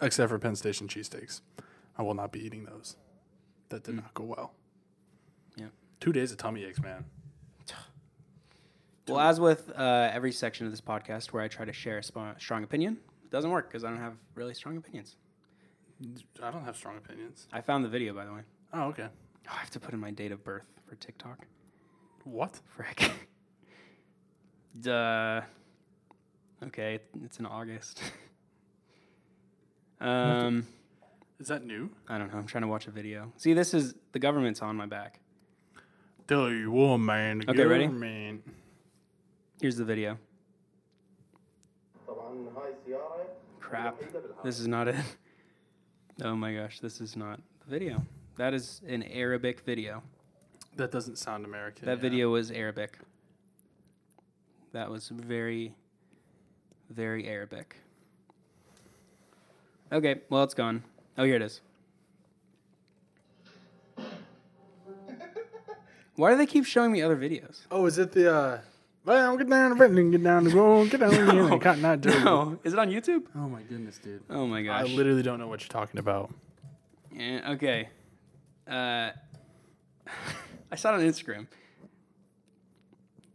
S3: except for Penn Station cheesesteaks, I will not be eating those. That did not go well.
S2: Yeah.
S3: Two days of tummy aches, man.
S2: Well, as with uh, every section of this podcast where I try to share a sp- strong opinion, it doesn't work because I don't have really strong opinions.
S3: I don't have strong opinions.
S2: I found the video, by the way.
S3: Oh, okay.
S2: Oh, I have to put in my date of birth for TikTok.
S3: What?
S2: Frick. Duh. Okay, it- it's in August. um,
S3: Is that new?
S2: I don't know. I'm trying to watch a video. See, this is the government's on my back.
S3: Tell you what, man.
S2: Okay, ready?
S3: Man.
S2: Here's the video.
S5: طبعا هاي السيارة
S2: Crap. This is not it. Oh my gosh, this is not the video. That is an Arabic video.
S3: That doesn't sound American.
S2: That
S3: yeah.
S2: video was Arabic. That was very, very Arabic. Okay, well, it's gone. Oh, here it is. Why do they keep showing me other videos?
S3: Oh, is it the? uh well, get down to Britain, get down to go, get down to no. cotton eye Joe.
S2: Oh, is it on YouTube?
S3: Oh my goodness, dude!
S2: Oh my
S3: I
S2: gosh.
S3: literally don't know what you're talking about.
S2: Yeah, okay. Uh, I saw it on Instagram.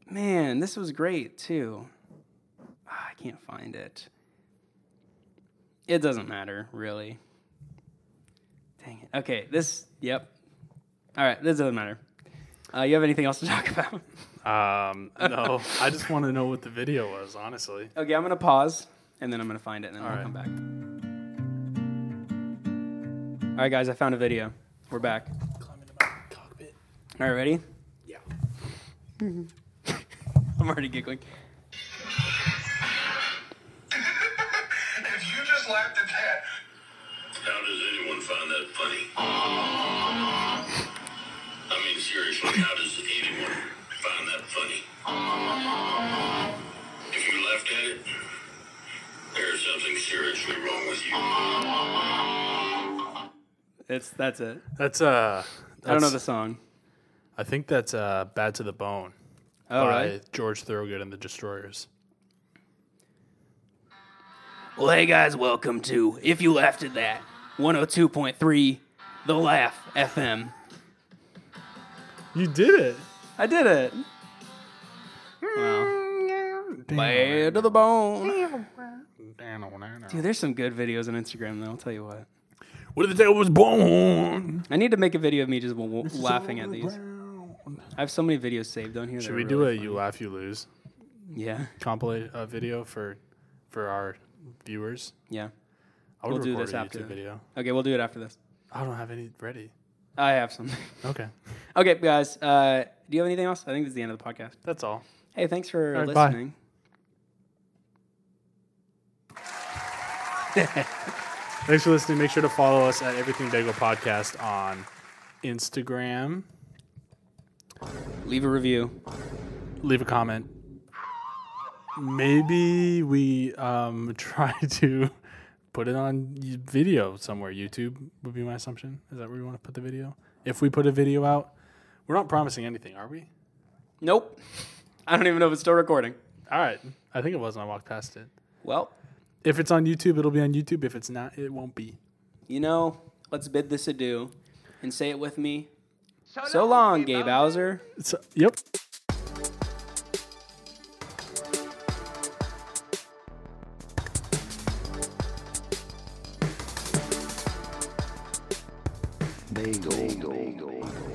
S2: Man, this was great too. Ah, I can't find it. It doesn't matter, really. Dang it. Okay, this, yep. All right, this doesn't matter. Uh, you have anything else to talk about?
S3: Um, no, I just want to know what the video was, honestly.
S2: okay, I'm going to pause and then I'm going to find it and then I'll
S3: right.
S2: come back. All right, guys, I found a video. We're back.
S3: Climbing about the cockpit.
S2: All right, ready?
S3: Yeah.
S2: I'm already giggling.
S6: If you just laughed at that. How does anyone find that funny? I mean, seriously, how does anyone find that funny? If you laughed at it, there's something seriously wrong with you.
S2: It's that's it.
S3: That's uh.
S2: I don't know the
S3: that's-
S2: song.
S3: I think that's uh, "Bad to the Bone"
S2: Oh,
S3: by
S2: really?
S3: George Thorogood and the Destroyers.
S2: Well, hey guys, welcome to If You Laughed at That, 102.3 The Laugh FM.
S3: You did it.
S2: I did it. Wow. Way to the bone. Dude, there's some good videos on Instagram, though. I'll tell you what.
S3: What if the day was born?
S2: I need to make a video of me just w- w- laughing at these. I have so many videos saved on here.
S3: Should we do a "You Laugh, You Lose"
S2: Yeah,
S3: compilate uh, video for for our viewers?
S2: yeah.
S3: I would
S2: We'll do
S3: record
S2: this
S3: a
S2: after.
S3: YouTube video.
S2: Okay, we'll do it after this.
S3: I don't have any ready.
S2: I have something.
S3: Okay,
S2: okay, guys. Uh, do you have anything else? I think this is the end of the podcast.
S3: that's all.
S2: Hey, thanks for
S3: All right, bye.
S2: listening.
S3: Thanks for listening. Make sure to follow us at Everything Bagel Podcast on Instagram.
S2: Leave a review.
S3: Leave a comment. Maybe we um, try to put it on y- video somewhere. YouTube would be my assumption. Is that where we want to put the video? If we put a video out, we're not promising anything, are we?
S2: Nope. I don't even know if it's still recording.
S3: All right. I think it was when I walked past it.
S2: Well,
S3: If it's on YouTube, it'll be on YouTube. If it's not, it won't be.
S2: you know, let's bid this adieu and say it with me.
S4: So
S2: So long, Gay Bowser.
S3: So, yep.
S1: Bagel. Bagel. Bagel.